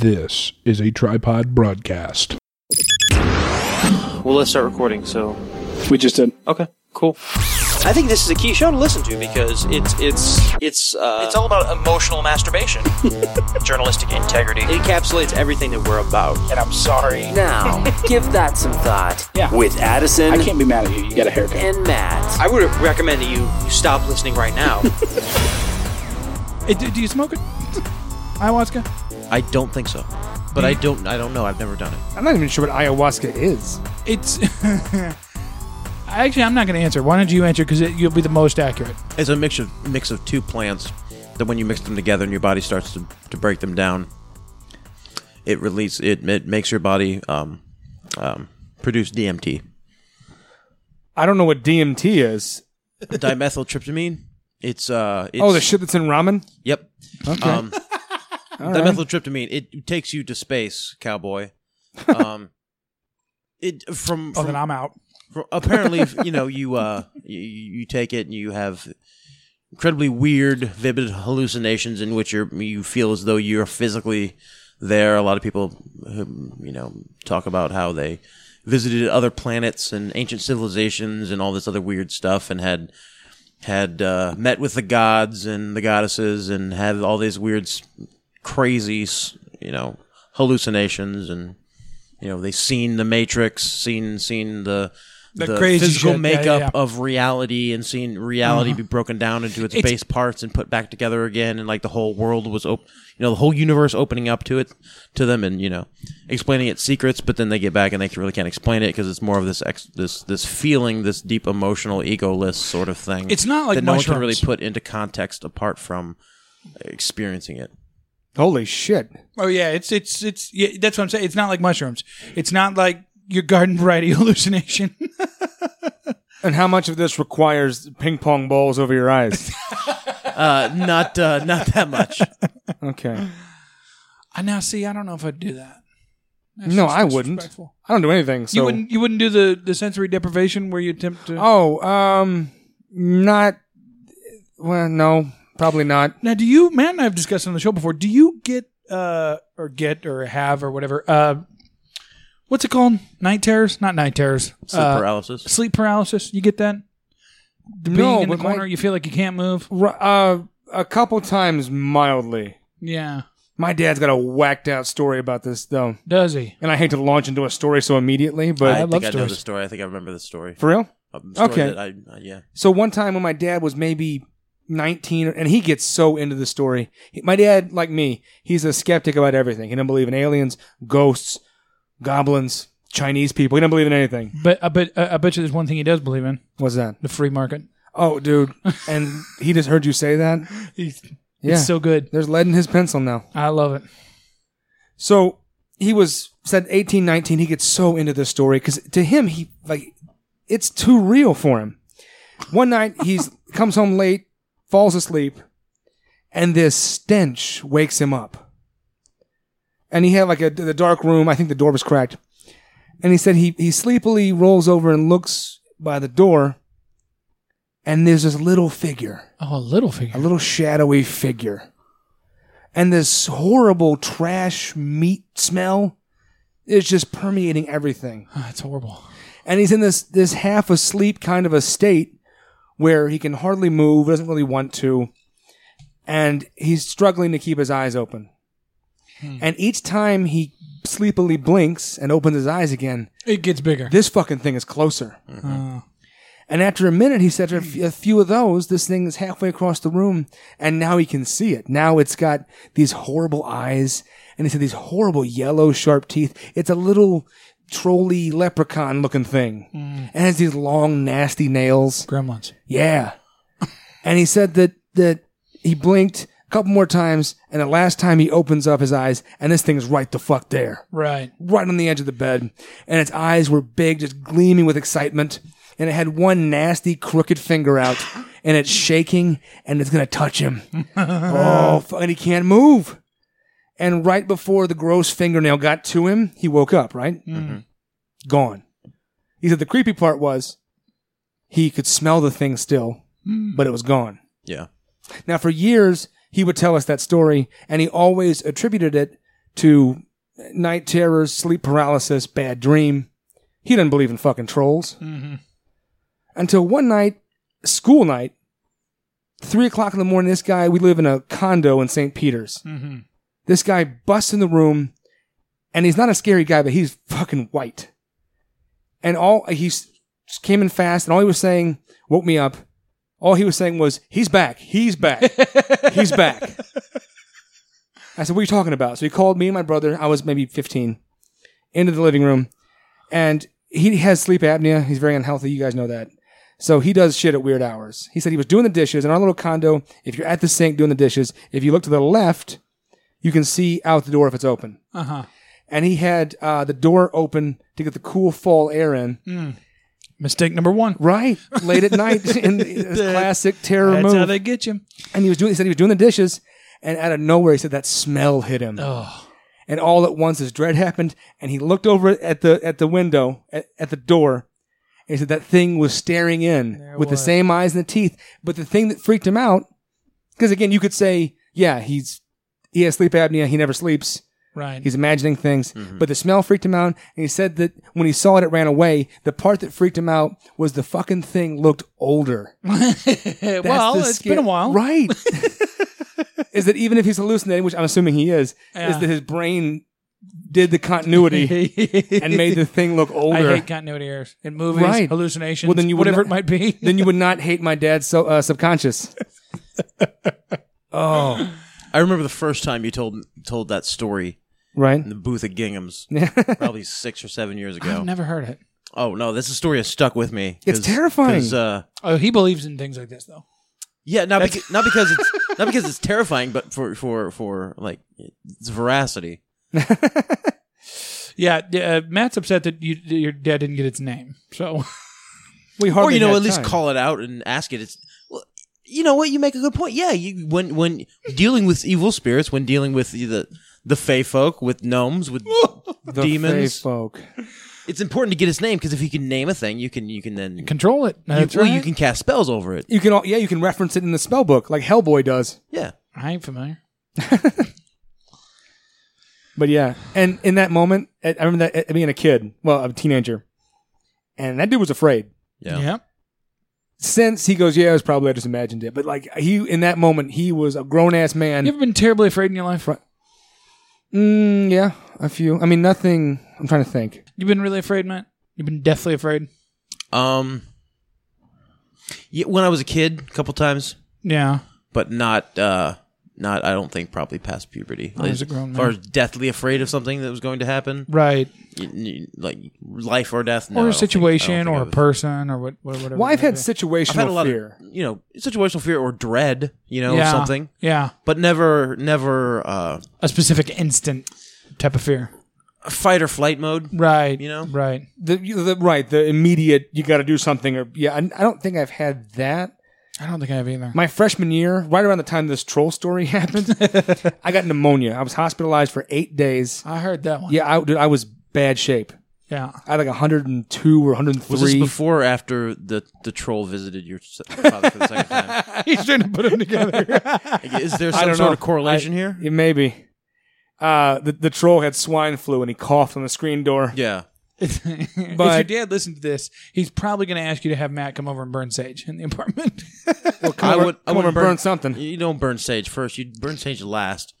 This is a tripod broadcast. Well, let's start recording. So, We just did. okay, cool. I think this is a key show to listen to because it's it's it's uh, It's all about emotional masturbation, journalistic integrity. it encapsulates everything that we're about. And I'm sorry. Now, give that some thought Yeah. with I Addison can't be mad at you. You got a haircut. and Matt. I would recommend that you, you stop listening right now. do, you smoke it? Ayahuasca? I don't think so. But I don't I don't know. I've never done it. I'm not even sure what ayahuasca is. It's. Actually, I'm not going to answer. Why don't you answer? Because you'll be the most accurate. It's a mix of mix of two plants that when you mix them together and your body starts to, to break them down, it release it, it makes your body um, um, produce DMT. I don't know what DMT is. Dimethyltryptamine. It's uh it's, Oh, the shit that's in ramen? Yep. Okay. Um, dimethyltryptamine. It takes you to space, cowboy. Um, it from, Oh, from then I'm out. Well, apparently you know you uh you, you take it and you have incredibly weird vivid hallucinations in which you you feel as though you're physically there a lot of people um, you know talk about how they visited other planets and ancient civilizations and all this other weird stuff and had had uh, met with the gods and the goddesses and had all these weird s- crazy s- you know hallucinations and you know they seen the matrix seen seen the the, crazy physical shit. Yeah, yeah, makeup yeah. of reality and seen Uh-huh. reality be broken down into its, base parts and put back together again and like the whole world was op- you know the whole universe opening up to it to them and you know explaining its secrets but then they get back and they really can't explain it because it's more of this ex- this this feeling this deep emotional egoless sort of thing It's not like that no one can really mushrooms. put into context apart from experiencing it Holy shit. Oh yeah, it's it's it's yeah, that's what I'm saying. It's not like mushrooms. It's not like your garden variety hallucination. And how much of this requires ping pong balls over your eyes? uh, not uh, not that much Okay. I now see. I don't know if I'd do that. That's No, just I wouldn't. disrespectful. I don't do anything. So. you wouldn't. You wouldn't do the the sensory deprivation where you attempt to. Oh, um, not. Well, no, probably not. Now, do you, Matt and I have discussed on the show before, do you get, uh, or get, or have, or whatever, uh, what's it called? Night terrors? Not night terrors. sleep Uh, paralysis Sleep paralysis? You get that? The being No, in the but my- corner, you feel like you can't move? Ru- Uh, a couple times mildly. Yeah. My dad's got a whacked out story about this though, Does he? and I hate to launch into a story so immediately, but I, love think I know the stories. story I think I remember the story for real, Um, story Okay. that I, uh, yeah So one time when my dad was maybe 19, and he gets so into the story. He- My dad, like me, he's a skeptic about everything. He doesn't believe in aliens, ghosts, goblins, Chinese people. He doesn't believe in anything. But I bet, I I bet you there's one thing he does believe in What's that? the free market. Oh, dude. And he just heard you say that? He's, Yeah. It's so good. There's lead in his pencil now. I love it. So he was said 18, 19. He gets so into this story because to him, he like it's too real for him. One night he's comes home late, falls asleep, and this stench wakes him up. And he had like a the dark room. I think the door was cracked. And he said he he sleepily rolls over and looks by the door, and there's this little figure Oh, a little a figure. little shadowy figure. And this horrible trash meat smell is just permeating everything. Ah, It's horrible. And he's in this this half asleep kind of a state where he can hardly move, doesn't really want to, and he's struggling to keep his eyes open. And each time he sleepily blinks and opens his eyes again, It gets bigger. this fucking thing is closer. Oh. And after a minute, he said, after a f- a few of those, this thing is halfway across the room, and now he can see it. Now it's got these horrible eyes, and he said these horrible yellow, sharp teeth. It's a little trolley leprechaun looking thing, and has these long, nasty nails. Gremlins. Yeah. and he said that that he blinked a couple more times, and the last time he opens up his eyes, and this thing's right the fuck there Right. right on the edge of the bed, and its eyes were big, just gleaming with excitement. And it had one nasty, crooked finger out, and it's shaking, and it's gonna touch him. oh, fu- and he can't move. And right before the gross fingernail got to him, he woke up. Right, gone. He said the creepy part was he could smell the thing still, but it was gone. yeah Now, for years, he would tell us that story, and he always attributed it to night terrors, sleep paralysis, bad dream. He doesn't believe in fucking trolls. Until one night, school night, three o'clock in the morning, this guy, we live in a condo in St. Peter's. This guy busts in the room, and he's not a scary guy, but he's fucking white. And all he s- came in fast, and all he was saying woke me up. All he was saying was, "He's back, he's back, he's back." I said, "What are you talking about?" So he called me and my brother. I was maybe 15, into the living room, and he has sleep apnea. He's very unhealthy. You guys know that. So he does shit at weird hours. He said he was doing the dishes in our little condo. If you're at the sink doing the dishes, if you look to the left, you can see out the door if it's open. Uh huh. Uh-huh. And he had uh, the door open to get the cool fall air in. Hmm. Mistake number one. Right, late at night in the classic terror That's move. how they get you. and he was doing. He said he was doing the dishes, and out of nowhere, he said that smell hit Oh. him. And all at once, his dread happened, and he looked over at the at the window at, at the door, and he said that thing was staring in with the same eyes and the teeth. But the thing that freaked him out, because again, you could say, yeah, he's he has sleep apnea, he never sleeps. Right. He's imagining things, but the smell freaked him out. And he said that when he saw it, it ran away. The part that freaked him out was the fucking thing looked older. That's well, the it's scar- been a while. right? is that even if he's hallucinating, which I'm assuming he is, is that his brain did the continuity and made the thing look older? I hate continuity errors in movies, Right. hallucinations, Well, then you would whatever not- it might be. then you would not hate my dad's so, uh, subconscious. oh, I remember the first time you told told that story right. in the booth at Gingham's, probably six or seven years ago. I've never heard it. Oh no, this is a story that stuck with me. It's terrifying. 'cause, uh, Oh, he believes in things like this though. yeah, not beca- not because it's not because it's terrifying, but for for for like its veracity. Yeah, d- uh, Matt's upset that you, that your dad didn't get its name. So We Or hardly you know, had at least time. call it out and ask it. It's well, you know what you make a good point. Yeah, you when when dealing with evil spirits, when dealing with the the fey folk, with gnomes, with the demons. Fey folk. it's important to get its name because if you can name a thing, you can you can then control it. you, That's well, right. you can cast spells over it. You can all, yeah, you can reference it in the spell book like Hellboy does. Yeah. I ain't familiar. But yeah, and in that moment, I I remember that uh, being a kid, well, a teenager, and that dude was afraid. Yeah. yeah. Since he goes, yeah, it was probably I just imagined it. But like he, in that moment, he was a grown ass man. You ever been terribly afraid in your life? Mm, yeah, a few. I mean, nothing. I'm trying to think. You've been really afraid, Matt. You've been deathly afraid. Um. Yeah, when I was a kid, a couple times, Yeah. but not uh not I don't think probably past puberty. Like, was a grown Or man. deathly afraid of something that was going to happen, Right. You- you- like life or death, no, I or don't a think- I don't situation, think or I a was- person, or what, what- whatever. Well, it I've might had be. situational I've had a lot fear. of you know situational fear or dread, you know, yeah. or something, Yeah. but never never uh A specific instant type of fear. fight or flight mode. Right. You know? Right. the, you- the right, the immediate. You got to do something, or yeah. I, I don't think I've had that. I don't think I have either. My freshman year, right around the time this troll story happened, I got pneumonia. I was hospitalized for eight days. I heard that one. Yeah, I, dude, I was bad shape. Yeah. I had like 102 or 103. Was this before or after the the troll visited your s- father for the second time? He's trying to put them together. Like, Is there some don't sort know. of correlation here? Yeah, maybe. Uh, the, the troll had swine flu and he coughed on the screen door. Yeah. But- if your dad listened to this, he's probably going to ask you to have Matt come over and burn sage in the apartment. Well, come I over, would- I come over would and burn, burn- something. You don't burn sage first. You burn sage last.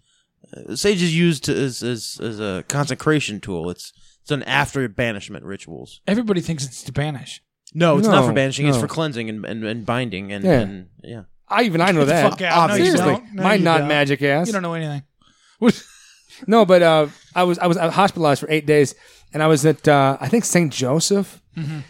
Uh, sage is used to, as, as as a consecration tool. It's it's done after banishment rituals. Everybody thinks it's to banish. No, it's not No, for banishing. It's no. for cleansing and, and, and binding and Yeah. yeah. And, yeah. I even I know that. fuck out. No, you Seriously, don't. No, my you not don't. magic ass. You don't know anything. No, but uh, I was I was hospitalized for eight days, and I was at uh, I think St. Joseph, Mm-hmm.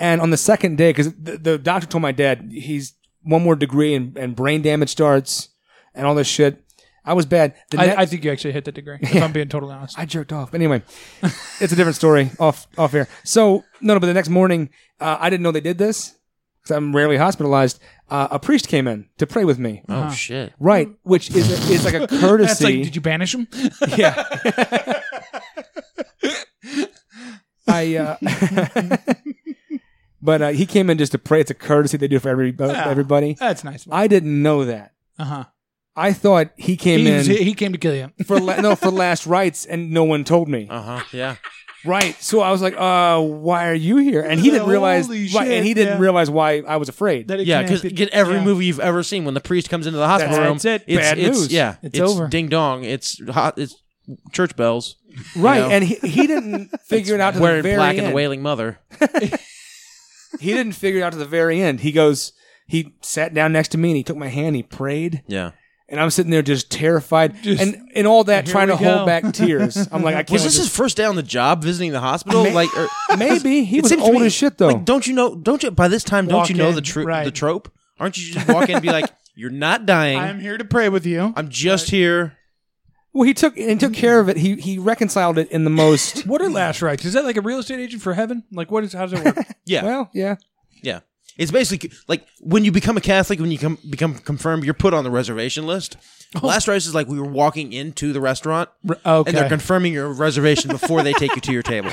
and on the second day, because the, the doctor told my dad he's one more degree and, and brain damage starts and all this shit. I was bad. The I, next- I think you actually hit that degree. If I'm being totally honest. I jerked off. But anyway, it's a different story off off air. So no, no. But the next morning, uh, I didn't know they did this because I'm rarely hospitalized. Uh, a priest came in to pray with me. Oh shit! Right, which is a, is like a That's like, courtesy. did you banish him? yeah. I. Uh, but uh, he came in just to pray. It's a courtesy they do for every, uh, everybody. That's nice. I didn't know that. Uh huh. I thought he came He's- in He, he came to kill you. for la- no for last rites, and no one told Uh-huh. me. Uh huh. Yeah. Right. So I was like, "Uh, why are you here?" And he didn't Holy realize. shit, right, and he didn't yeah. realize why I was afraid. That it Yeah, because connected- get every yeah. movie you've ever seen when the priest comes into the hospital That's room. it. It's, Bad it's- news. Yeah, It's over. Ding dong. It's hot. It's church bells. right. you know? And he, he didn't figure it out to the Wearing very black end. and the wailing mother. He didn't figure it out to the very end. He goes. He sat down next to me and he took my hand. He prayed, Yeah. and I'm sitting there just terrified, Just- and and all that Here trying to we go. hold back tears. I'm like, I can't. Was with this his first day on the job visiting the hospital? May- like, or, Maybe he It was seems to old me- as shit though. Like, don't you know? Don't you by this time? Don't Walk you know in, the tro- right. the trope? Aren't you just walk in and be like, "You're not dying. I'm I'm, here to pray with you. just here." well, he took and took care of it. He he reconciled it in the most. What are lash rights? Is that like a real estate agent for heaven? Like what is? How does it work? Yeah. well, yeah. Yeah. It's basically like when you become a Catholic, when you come, become confirmed, you're put on the reservation list. Oh. Last rites is like we were walking into the restaurant, okay. and they're confirming your reservation before they take you to your table.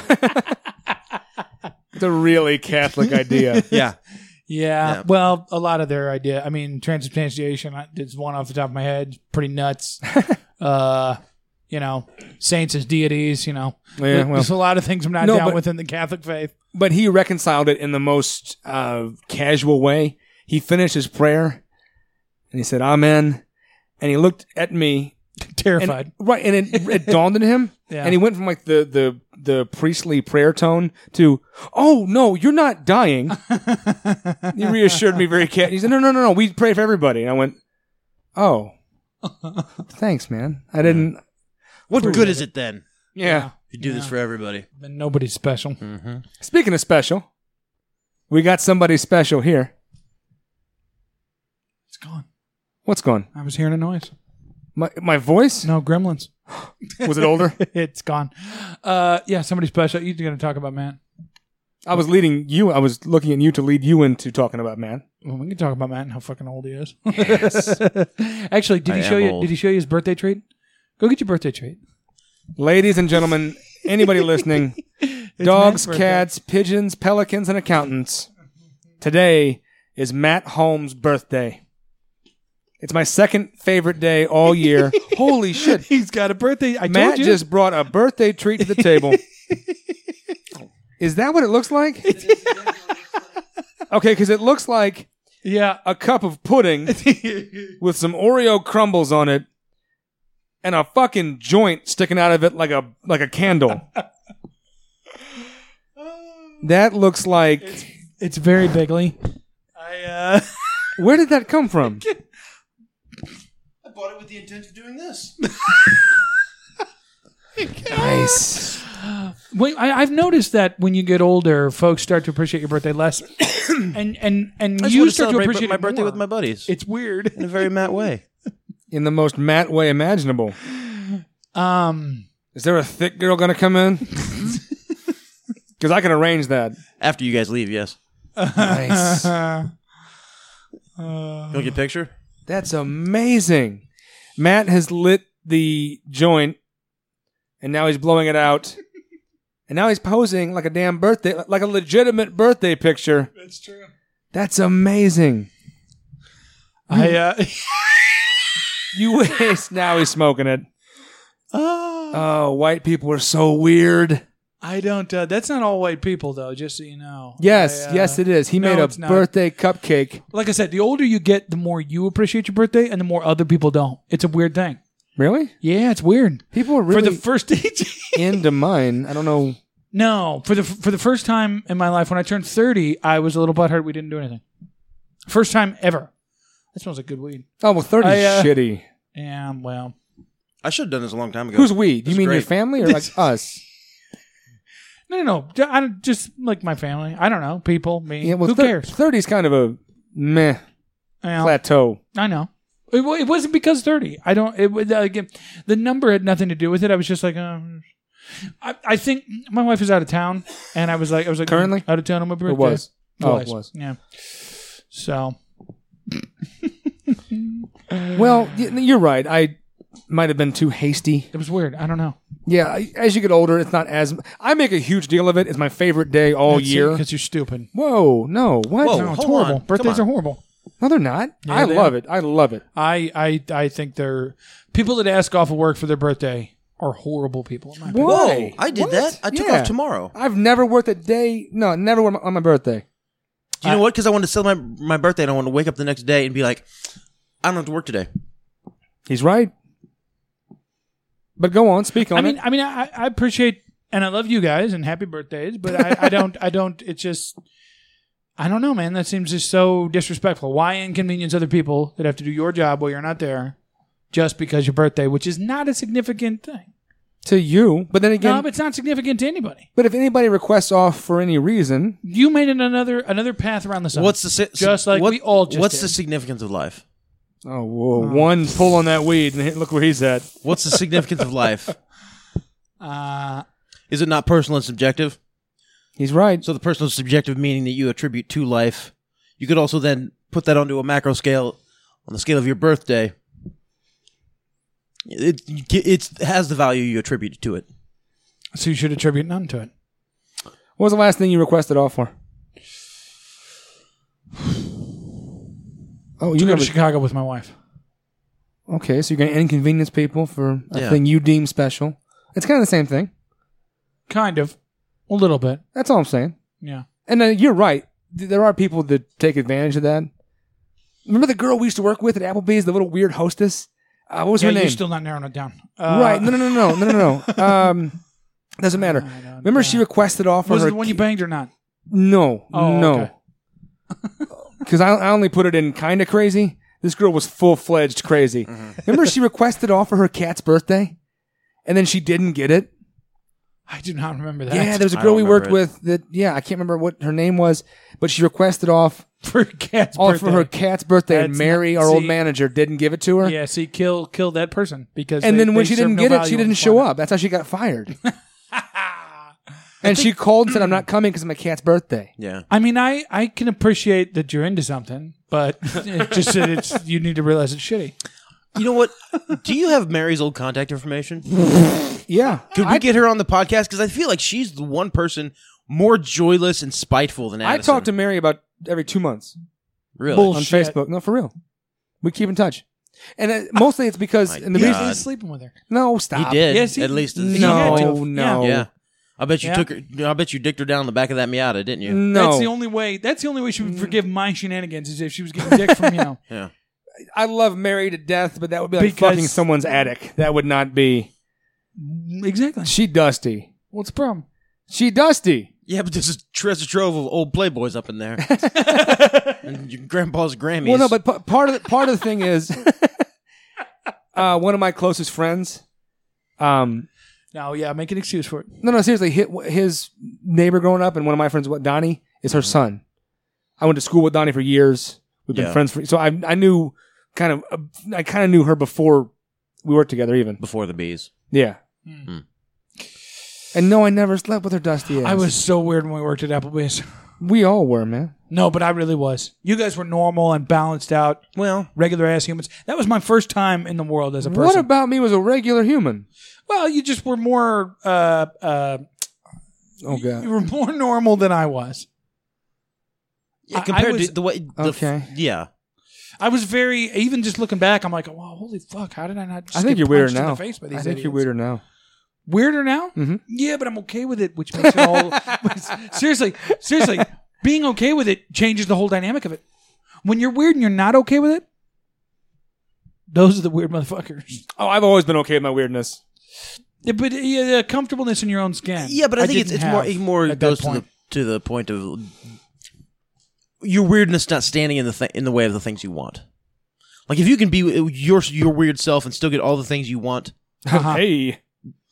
The really Catholic idea. Yeah, yeah. Yeah. Well, a lot of their idea. I mean, transubstantiation I- is one off the top of my head. Pretty nuts. uh, you know, saints as deities. You know, Yeah, well. there's a lot of things I'm not No, down but- with in the Catholic faith. but he reconciled it in the most uh, casual way. He finished his prayer and he said, Amen. And he looked at me. And, Terrified. right. And it, it dawned on him. Yeah. And he went from like the, the, the priestly prayer tone to, Oh, no, you're not dying. he reassured me very carefully. He said, No, no, no, no. We pray for everybody. And I went, Oh, thanks, man. I didn't. what good is it then? yeah. if You do this for everybody. And nobody's special. Hmm. Speaking of special, we got somebody special here. It's gone. What's going? I was hearing a noise. My my voice No gremlins. was it older? it's gone. Uh, yeah, somebody special. You're going to talk about Matt. I was leading you. I was looking at you to lead you into talking about man. Well, we can talk about Matt and how fucking old he is. Actually, did I he show am you? old. Did he show you his birthday treat? Go get your birthday treat. Ladies and gentlemen, anybody listening, Matt's dogs, birthday. cats, pigeons, pelicans, and accountants. Today is Matt Holmes' birthday. It's my second favorite day all year. Holy shit! He's got a birthday. I Matt just brought a birthday treat to the table. is that what it looks like? okay, because it looks like yeah. a cup of pudding with some Oreo crumbles on it and a fucking joint sticking out of it like a like a candle. that looks like It's very bigly. I uh, where did that come from? I bought it with the intent of doing this. Nice. wait, I, I've noticed that when you get older, folks start to appreciate your birthday less, and and and I just you want start to to celebrate appreciate my it birthday more. with my buddies It's weird. in a very Matt way. In the most Matt way imaginable. Um. Is there a thick girl gonna come in? Because I can arrange that. After you guys leave, yes. Nice. Uh-huh. You want to get a picture? That's amazing. Matt has lit the joint and now he's blowing it out. And now he's posing like a damn birthday, like a legitimate birthday picture. That's true. That's amazing. I uh. You waste. now he's smoking it. oh. Oh, white people are so weird. I don't. Uh, that's not all white people, though. Just so you know. Yes, I, uh, yes, it is. He no, made a it's not. birthday cupcake. Like I said, the older you get, the more you appreciate your birthday, and the more other people don't. It's a weird thing. Really? Yeah, it's weird. People are really For the first into mine. I don't know. no, for the for the first time in my life, when I turned thirty, I was a little butthurt. We didn't do anything. First time ever. That smells like good weed. Oh, well, 30 I, is uh, shitty. Yeah, well, I should have done this a long time ago. Who's we? Do This you is mean your great. family or like us? no, no, no. J- I don't- just like my family. I don't know people. Me. Yeah, well, Who thir- cares? 30 is kind of a meh Yeah. plateau. I know. It, wa- it wasn't because thirty. I don't. It was- uh, again, the number had nothing to do with it. I was just like, um, I, I think my wife is out of town, and I was like, I was like, Currently? out of town on my birthday. It was. Oh, it was. Yeah. So Well, y- you're right. I might have been too hasty. it was weird. I don't know. Yeah, I- as you get older, it's not as. I make a huge deal of it. It's my favorite day all year. because you're stupid. Whoa, no, what? Whoa. No, it's hold horrible. on. Come Birthdays on. are horrible. No, they're not. I they love it. I love it. I, I I think they're people that ask off of work for their birthday are horrible people. In my opinion. Why? I did What? that. I took Yeah. off tomorrow. I've never worked a day. No, never worked on my birthday. Do you know what? Because I wanted to celebrate my, my birthday and I wanted to wake up the next day and be like, I don't have to work today. He's right. But go on, speak on I mean, it. I mean, I, I appreciate and I love you guys and happy birthdays, but I, I don't, I don't. It's just, I don't know, man. That seems just so disrespectful. Why inconvenience other people that have to do your job while you're not there, just because your birthday, which is not a significant thing. To you, but then again, no, but it's not significant to anybody. but if anybody requests off for any reason, You made it another another path around the sun. What's the si- Just like what- we all just What's did. the significance of life? oh, whoa, one pull on that weed, and look where he's at. What's the significance of life? uh, Is it not personal and subjective? He's right. So the personal and subjective meaning that you attribute to life, you could also then put that onto a macro scale, on the scale of your birthday. It it's, it has the value you attribute to it. so you should attribute none to it. What was the last thing you requested off for? Oh, You you go to never. Chicago with my wife. Okay, so you're going to inconvenience people for a Yeah. thing you deem special. It's kind of the same thing. Kind of, a little bit. That's all I'm saying. Yeah. And uh, you're right. Th- There are people that take advantage of that. Remember the girl we used to work with at Applebee's, the little weird hostess? Uh, what was Yeah, her name? you're still not narrowing it down. Uh, right. No, no, no, no, no, no, no. Um, doesn't matter. Remember she requested off for Was her it the one you banged or not? No, Oh, okay. no. Because I, I only put it in kind of crazy. This girl was full fledged crazy. Mm-hmm. Remember, she requested off for her cat's birthday, and then she didn't get it. I do not remember that. yeah, there was a I girl don't we worked remember with that. Yeah, I can't remember what her name was, but she requested off for cat's all birthday. for her cat's birthday, and That's Mary, not- our old see- manager, didn't give it to her. Yeah, see, kill kill that person because. and they- then when they she didn't serve no get it, value she on didn't the show planet. up. That's how she got fired. and she called and said, "I'm not coming because it's my cat's birthday." Yeah. I mean, I I can appreciate that you're into something, but it's just that it's you need to realize it's shitty. You know what? Do you have Mary's old contact information? Yeah, Could we I- get her on the podcast? Because I feel like she's the one person more joyless and spiteful than I Addison. talk to Mary about every two months. really. Bull- on Shit. Facebook. No, for real. We keep in touch. And uh, mostly it's because My and the God. reason He's sleeping with her. No, stop. He did. Yes, he- at least. at he some had point. No, to. no. Yeah. I bet you Yeah. took her. I bet you dicked her down the back of that Miata, didn't you? No. That's the only way. That's the only way she would forgive my shenanigans is if she was getting dick from you. Yeah. I love Mary to death, but that would be like Because- fucking someone's attic. That would not be exactly. She Dusty. What's the problem? She Dusty. Yeah, but there's a treasure trove of old Playboys up in there, and your grandpa's Grammys. Well, no, but p- part of the, part of the thing is uh, one of my closest friends um No, Oh, yeah, make an excuse for it. No, no, seriously. hi- His neighbor growing up, and one of my friends, what Donnie, is Mm-hmm. her son. I went to school with Donnie for years. We've been Yeah. friends for so I I knew kind of uh, I kind of knew her before we worked together, even. before the bees. Yeah. And no, I never slept with her dusty ass. Hmm. I was so weird when we worked at Applebee's. We all were, man. No, but I really was. You guys were normal and balanced out, Well, regular ass humans. That was my first time in the world as a person. What about me was a regular human? Well, you just were more uh, uh, Oh you god. were more normal than I was. I- yeah, I compared was- to the way. The Okay. F- yeah. I was very even just looking back. I'm like, wow, holy fuck! How did I not? Just I get think you're weirder punched in now. the face by I these think idiots? you're weirder now. Weirder now? Mm-hmm. Mhm. Yeah, but I'm okay with it, which makes it all. seriously, seriously, being okay with it changes the whole dynamic of it. When you're weird and you're not okay with it, those are the weird motherfuckers. Oh, I've always been okay with my weirdness. Yeah, but yeah, the comfortableness in your own skin. Yeah, but I, think it's, didn't it's more have it more at that goes to the point. to the point of your weirdness not standing in the th- in the way of the things you want. Like if you can be your your weird self and still get all the things you want, Uh-huh. Hey.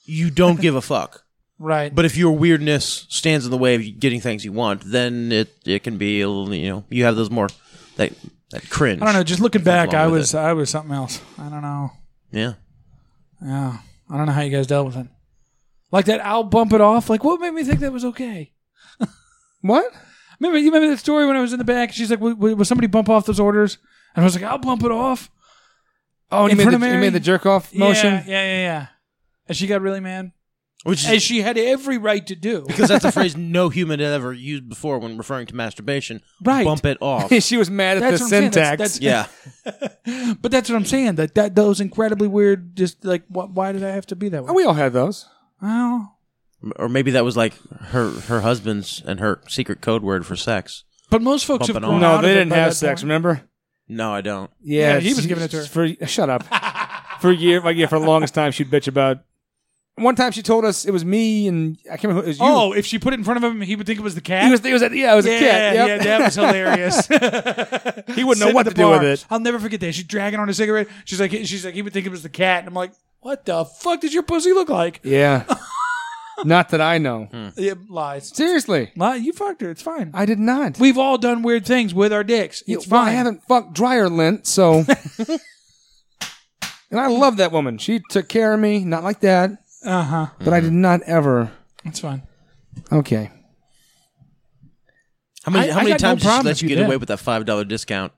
you don't give a fuck. Uh-huh. right. But if your weirdness stands in the way of getting things you want, then it it can be a little, you know you have those more that that cringe. I don't know. Just looking Nothing back, wrong I with was I was something else. I don't know. yeah. Yeah, I don't know how you guys dealt with it. Like that, I'll bump it off. Like, what made me think that was okay? What? Remember, you remember that story when I was in the back? She's like, "Will- will will somebody bump off those orders?" And I was like, "I'll bump it off." Oh, In you made, front the, of you Mary? made the jerk off motion? Yeah, yeah, yeah. yeah. And she got really mad. Which is as she had every right to do. because that's a phrase no human had ever used before when referring to masturbation. Right. Bump it off. she was mad at That's the what I'm saying. That's- syntax. that's- yeah. But that's what I'm saying. That that those incredibly weird. Just like wh- why did I have to be that way? Oh, we all had those. well, Or maybe that was like her her husband's and her secret code word for sex. but most folks have Bumping grown on. out No, of they it didn't by have that sex. point. Remember? No, I don't. Yeah, he was she- giving it to her. for. Shut up. for a year, like yeah, for the longest time, she'd bitch about. One time, she told us it was me and I can't remember. Who, it was you. Oh, if she put it in front of him, he would think it was the cat. he was. He was. yeah, it was yeah, a cat. Yep. yeah, that was hilarious. he wouldn't know Sitting what at the to do with bar. it. I'll never forget that. She's dragging on a cigarette. She's like, she's like, he would think it was the cat. And I'm like, what the fuck does your pussy look like? Yeah. Not that I know. Yeah, lies. Seriously, Lie. You fucked her. It's fine. I did not. We've all done weird things with our dicks. It's well, fine. I haven't fucked dryer lint, so. and I love that woman. She took care of me, not like that, Uh huh. but I did not ever. It's fine. Okay. How many I- how I many got no times did she problem let if you you get did. away with that five dollar discount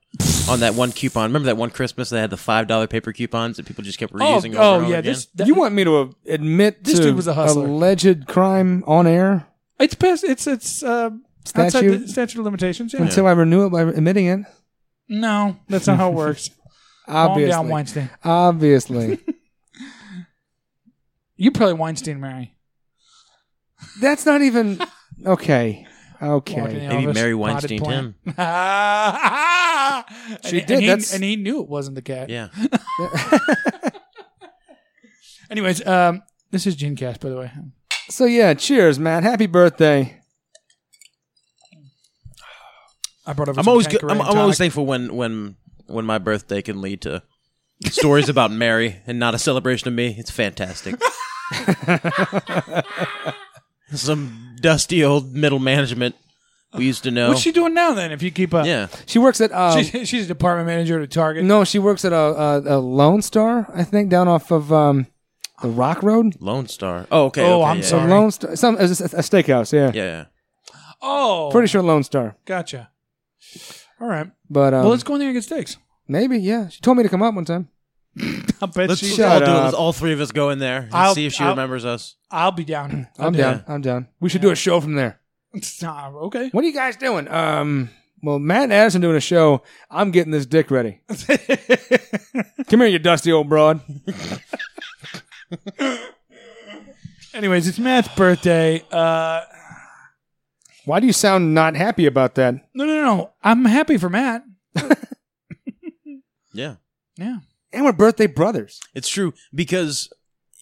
on that one coupon? Remember that one Christmas they had the five dollar paper coupons that people just kept reusing over and over Oh, yeah. again? This, that, you want me to uh, admit This to dude was a hustler. alleged crime on air it's past. It's it's uh, outside Statute? the statute of limitations. Yeah. until I renew it by admitting it? No, that's not how it works. Obviously. Calm down, Weinstein. Obviously. You probably Weinstein Mary. That's not even. Okay. Walking Okay. in Maybe Elvis, Mary potted Weinstein plant. him. she did, And he, that's- and he knew it wasn't the cat. Yeah. Anyways, um, this is Gene Cash, by the way. So, yeah, cheers, man. Happy birthday. I brought over. I'm some always good. Tanqueray I'm, and I'm always tonic. thankful when when when my birthday can lead to stories about Mary and not a celebration of me. It's fantastic. Some dusty old middle management we used to know. What's she doing now then? If you keep up, yeah, She works at. Uh, She- she's a department manager at Target. No, she works at a, a, a Lone Star, I think, down off of um, the Rock Road. Lone Star. Oh, okay. Oh, okay, I'm yeah, sorry. Lone Star, some a, a steakhouse, yeah. Yeah, yeah. Oh, Pretty sure Lone Star, Gotcha. All right. but um, well, let's go in there and get steaks. maybe, yeah. She told me to come up one time. I bet Let's, she. let's all Shut do it. up. Let's all three of us go in there and I'll- see if she I'll- remembers us. I'll be down. I'm I'll down. I'm down. We should do a show from there. be down. Ah, okay. What are you guys doing? Um, well, Matt and Addison doing a show. I'm getting this dick ready. come here, you dusty old broad. Anyways, it's Matt's birthday. Uh, Why do you sound not happy about that? no, no, no. I'm happy for Matt. Yeah, Yeah. And we're birthday brothers. it's true because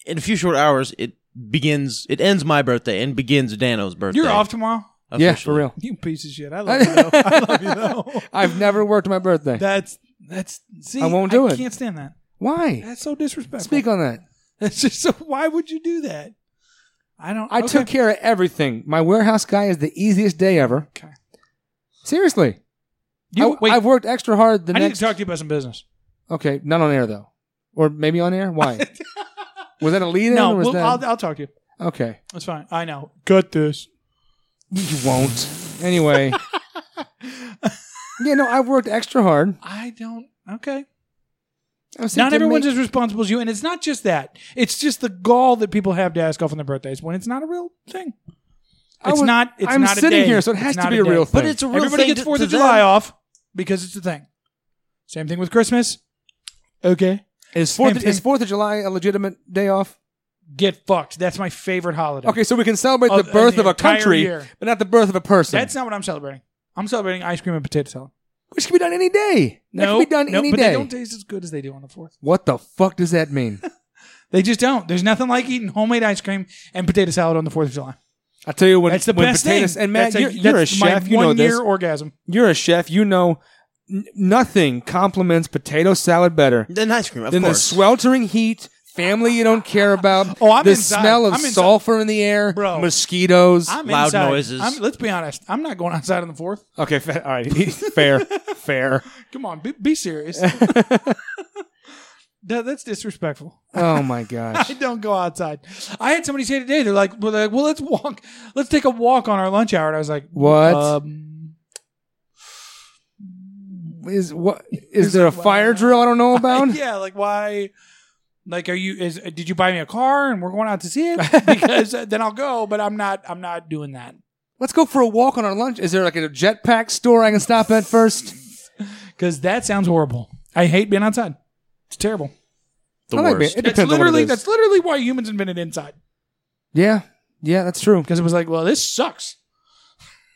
in a few short hours it begins. It ends my birthday and begins Dano's birthday. You're off tomorrow. Yeah, for officially. real. You piece of shit. I love you. though. I love you though. I've never worked my birthday. That's that's. See, I won't do it. Can't stand that. Why? That's so disrespectful. Speak on that. That's just so. Why would you do that? I don't. I okay. took care of everything. My warehouse guy is the easiest day ever. Okay. Seriously. You, I, wait, have worked extra hard the I need next to talk to you about some business. Okay, not on air though. Or maybe on air? Why? was that a lead in no, or was we'll, that I'll, I'll talk to you. Okay. That's fine. I know. Cut this. You won't. Anyway. yeah, no, I've worked extra hard. I don't. Okay. I've seen Not to everyone's make- as responsible as you, and it's not just that. It's just the gall that people have to ask off on their birthdays when it's not a real thing. I It's was- not. It's I'm not a sitting day. here, so it It's has to not be a day. real But thing. it's a real Everybody thing gets to- Fourth to of July them. off because it's a thing. Same thing with Christmas. Okay. Is same Fourth, is thing. Fourth of July a legitimate day off? Get fucked. That's my favorite holiday. Okay, so we can celebrate Of- the of birth the of a entire country, year. but not the birth of a person. That's not what I'm celebrating. I'm celebrating ice cream and potato salad. which can be done any day. That No, can be done no, any but day. they don't taste as good as they do on the fourth. what the fuck does that mean? They just don't. There's nothing like eating homemade ice cream and potato salad on the Fourth of July. I tell you when That's the when best potatoes, thing. And Matt, that's a, you're, you're a that's my chef. You know one this. year orgasm. You're a chef. You know n- nothing complements potato salad better Then ice cream, of than the course. sweltering heat. Family you don't care about. Oh, I'm the inside. smell of I'm inside. sulfur in the air, Bro. mosquitoes. I'm Loud inside. noises. I'm, let's be honest. I'm not going outside on the fourth. okay, fa- all right, fair, fair. Come on, be, be serious. That- that's disrespectful. Oh my gosh, I don't go outside. I had somebody say today, they're like, well, they're like, well, let's walk, let's take a walk on our lunch hour. And I was like, What? Um, is what? Is there a fire drill I don't know about? yeah, like why? Like, are you? Is did you buy me a car and we're going out to see it? Because uh, then I'll go. But I'm not. I'm not doing that. Let's go for a walk on our lunch. Is there like a jetpack store I can stop at first? Because that sounds horrible. I hate being outside. It's terrible. The I like worst. being- it That's depends on what it literally is. that's literally why humans invented inside. Yeah, yeah, that's true. Because it was like, well, this sucks.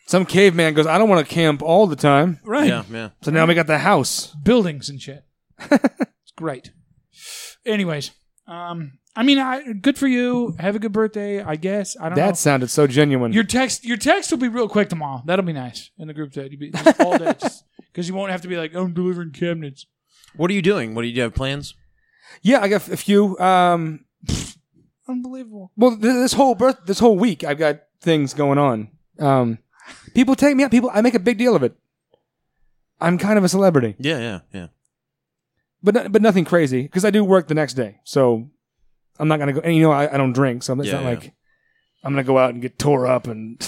Some caveman goes, I don't want to camp all the time. Right. yeah, yeah. So now we got the house. buildings and shit. it's great. Anyways, um, I mean, I good for you. Have a good birthday, I guess. I don't That sounded so genuine. know. Your text, your text will be real quick tomorrow. That'll be nice in the group chat. You'll be just all day because you won't have to be like, I'm delivering cabinets. What are you doing? What do you, do you have plans? yeah, I got a few. Um, Unbelievable. well, th- this whole birth, this whole week, I've got things going on. Um, people take me out. People, I make a big deal of it. I'm kind of a celebrity, Yeah, yeah, yeah. but no- but nothing crazy because I do work the next day. So I'm not gonna go. And you know, I, I don't drink, so it's Yeah, not yeah. like I'm gonna go out and get tore up and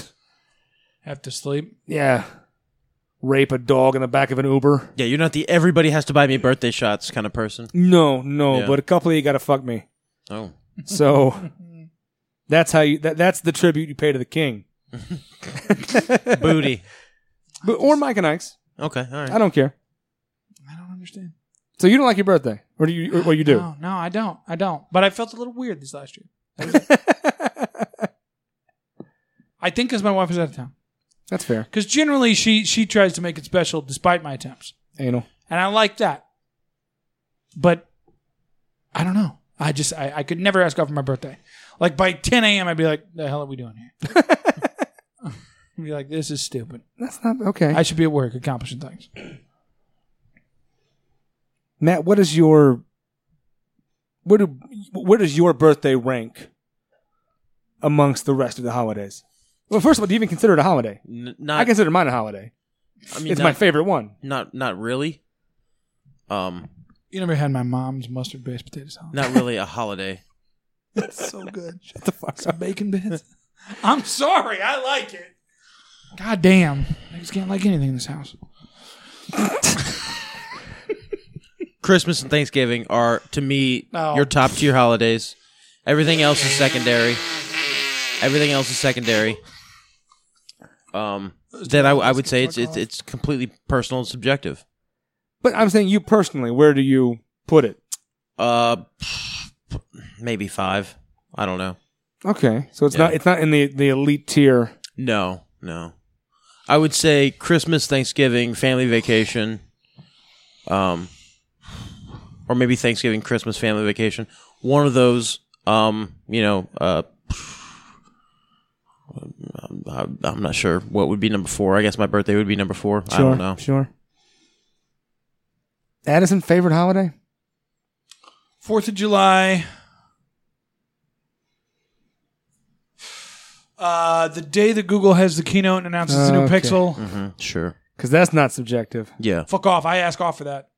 Have to sleep. yeah, rape a dog in the back of an Uber. Yeah, you're not the everybody has to buy me birthday shots kind of person. No, no, Yeah. but a couple of you gotta fuck me. Oh. So that's how you that, that's the tribute you pay to the king. Booty. But, or Mike and Ike's. Okay, all I right. don't care. I don't understand. So you don't like your birthday, or do you? Or, or you do? No, no, I don't. I don't. But I felt a little weird this last year. I think because my wife was out of town. That's fair. Because generally she she tries to make it special despite my attempts. Anal. and I like that. But I don't know. I just I, I could never ask out for my birthday. Like by 10 a.m. I'd be like, "The hell are we doing here?" I'd be like, "This is stupid. That's not okay. I should be at work accomplishing things." Matt, what is your where do where does your birthday rank amongst the rest of the holidays? Well, first of all, do you even consider it a holiday? N- I not, consider mine a holiday. I mean, It's not, my favorite one. Not, not really. Um, You never had my mom's mustard-based potato salad. not really a holiday. That's so good. Shut the fuck up. Bacon bits. I'm sorry. I like it. God damn. Niggas can't like anything in this house. Christmas and Thanksgiving are to me No. your top tier holidays. Everything else is secondary. Everything else is secondary. Um, then I, I would say it's it's it's completely personal and subjective. But I'm saying you personally, where do you put it? Uh, maybe five. I don't know. Okay, so it's Yeah. not it's not in the the elite tier. No, no. I would say Christmas, Thanksgiving, family vacation, um, or maybe Thanksgiving, Christmas, family vacation. One of those, um, you know, uh, I'm- I'm I'm not sure what would be number four. I guess my birthday would be number four. I don't know. Sure. Addison favorite holiday? Fourth of July. Uh, the day that Google has the keynote and announces the new Okay. Pixel. hmm Sure. Because that's not subjective. Yeah. Fuck off. I ask off for that.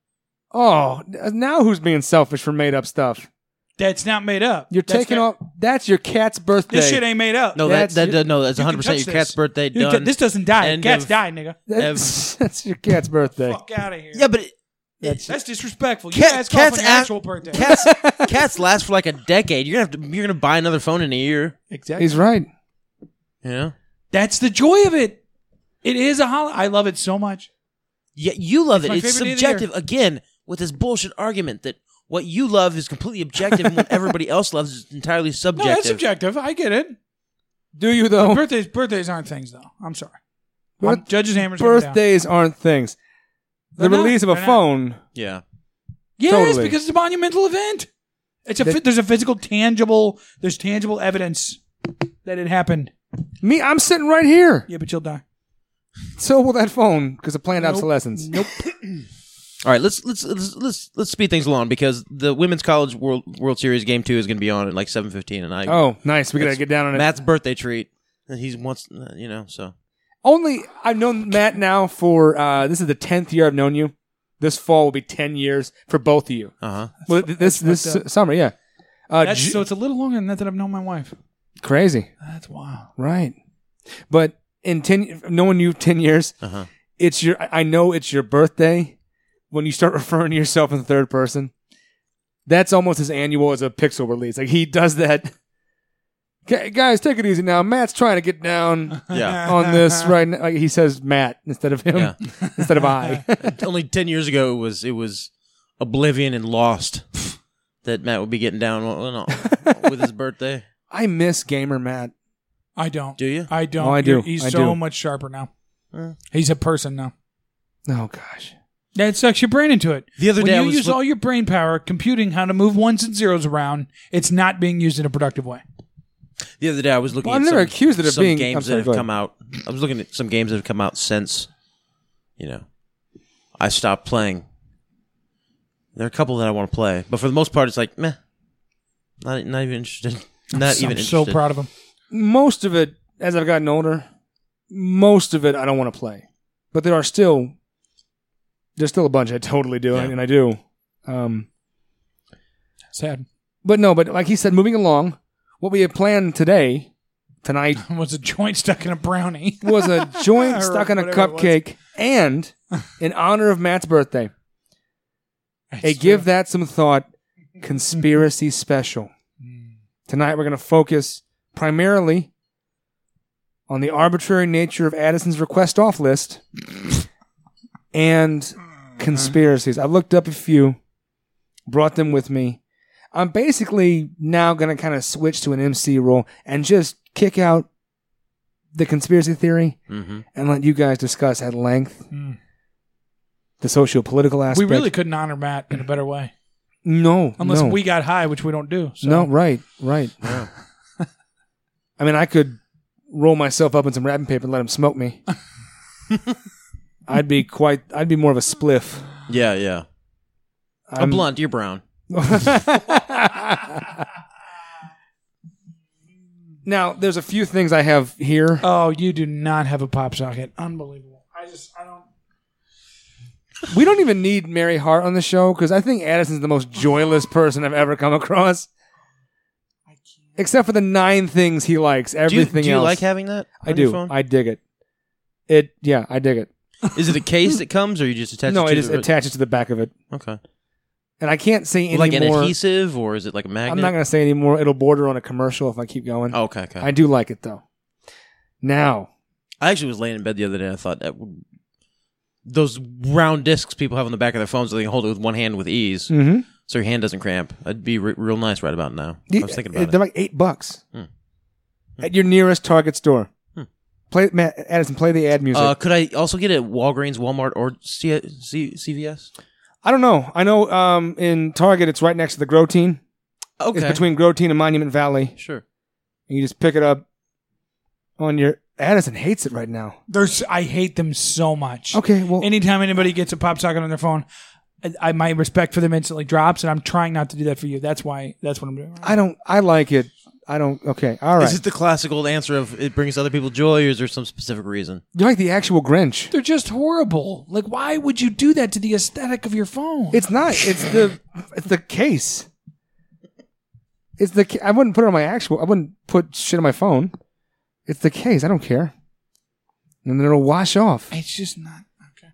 Oh, now who's being selfish for made up stuff? That's not made up. You're That's taking not- off. That's your cat's birthday. This shit ain't made up. No, That's- that, that, that no, that's You can 100 percent touch your cat's this. birthday You- done. this doesn't die. End Cats of- die, nigga. That's, that's your cat's birthday. Fuck out of here. yeah, but it- That's- That's disrespectful. You Cat- ask off cats on your act- actual birthday. cats cats last for like a decade. You're gonna have to, you're gonna buy another phone in a year. exactly. He's right. You know. That's the joy of it. It is a holiday. I love it so much. Yeah, you love It's my it. It's favorite day of the year. subjective again with this bullshit argument that what you love is completely objective and what everybody else loves is entirely No, subjective. that's subjective. I get it. Do you though? Birthdays, birthdays aren't things though. I'm sorry. Birth- I'm- judges hammers me down. Birthdays aren't things. The They're not. release of a They're not. phone. Yeah. Yes, Totally. because it's a monumental event. It's a That- phy- there's a physical, tangible. There's tangible evidence that it happened. Me, I'm sitting right here. Yeah, but you'll die. So will that phone because of planned obsolescence. Nope. All right, let's let's let's let's, let's speed things along because the women's college world World Series game 2 is going to be on at like 7:15 and I Oh, nice. We gotta get down on it. Matt's birthday treat and he's once you know, so Only I've known Matt now for uh, this is the tenth year I've known you. This fall will be ten years for both of you. uh-huh. Well, th- this this fucked up. s- summer, yeah. Uh, That's, Ju- so it's a little longer than that that I've known my wife. crazy, That's wild. right? But in ten, knowing you ten years, Uh-huh. it's your. I I know it's your birthday when you start referring to yourself in the third person. That's almost as annual as a Pixel release. Like he does that. "Gu- Guys, take it easy now. Matt's trying to get down Yeah. on this right now. Like he says Matt instead of him, Yeah. instead of I. Only ten years ago, it was it was Oblivion and Lost that Matt would be getting down on, on- with his birthday. I miss gamer Matt. I don't. Do you? I don't. Oh, I do. He's I so do. much sharper now. He's a person now. Oh gosh. That sucks your brain into it. The other when day I you was use look- all your brain power computing how to move ones and zeros around, it's not being used in a productive way. The other day, I was looking. Well, at I'm never some, accused it of some being- I'm games sorry, that go have ahead. come out. I was looking at some games that have come out since. You know, I stopped playing. There are a couple that I want to play, but for the most part, it's like meh. Not not even interested. Not So even I'm interested. so proud of him. Most of it, as I've gotten older, most of it I don't want to play. But there are still there's still a bunch I totally do, Yeah. and I do. Um, Sad. but no, but like he said, moving along, what we had planned today, tonight, Was a joint stuck in a brownie. was a joint Or stuck in a whatever it was. cupcake, and in honor of Matt's birthday, a It's give that some thought conspiracy special. Tonight we're going to focus primarily on the arbitrary nature of Addison's request off list and conspiracies. I looked up a few, brought them with me. I'm basically now going to kind of switch to an MC role and just kick out the conspiracy theory Mm-hmm. hmm and let you guys discuss at length Mm. the socio political true. aspect. We really couldn't honor Matt in a better way. no, Unless no. we got high, which we don't do. So. No, right, right. I mean, I could roll myself up in some wrapping paper and let him smoke me. I'd be quite. I'd be more of a spliff. Yeah, yeah. I'm- a blunt. You're brown. now, there's a few things I have here. Oh, you do not have a pop socket. Unbelievable. I just, I don't. We don't even need Mary Hart on the show because I think Addison's the most joyless person I've ever come across. Except for the nine things he likes, Do you, everything do you else. like having that? I on your do. phone? I dig it. It. Yeah, I dig it. Is it a case that comes, or you just attach? no, it it to is the- attaches to the back of it, Okay. and I can't say any Like an more. adhesive, or is it like a magnet? I'm not going to say any more. It'll border on a commercial if I keep going. Oh, okay, okay. I do like it though. Now, I actually was laying in bed the other day. and I thought that would, those round discs people have on the back of their phones, so they can hold it with one hand with ease, mm-hmm. so your hand doesn't cramp. That'd be re- real nice right about now. I was thinking about They're it. like eight bucks Hmm. at your nearest Target store. Play, Matt Addison, play the ad music. Uh, could I also get it at Walgreens, Walmart, or C- C- CVS? I don't know. I know um, in Target, it's right next to the Grotine. Okay, It's between Grotine and Monument Valley. sure. You just pick it up on your. Addison hates it right now. There's, I hate them so much. Okay, well, Anytime anybody gets a pop socket on their phone, I, I my respect for them instantly drops, and I'm trying not to do that for you. That's why. That's what I'm doing. I don't. I like it. I don't. Okay, all right. Is it the classic old answer of it brings other people joy, or is there some specific reason? You're like the actual Grinch. They're just horrible. Like, why would you do that to the aesthetic of your phone? It's not. It's the it's the case. It's the. ca- I wouldn't put it on my actual. I wouldn't put shit on my phone. It's the case. I don't care. And then it'll wash off. it's just not okay.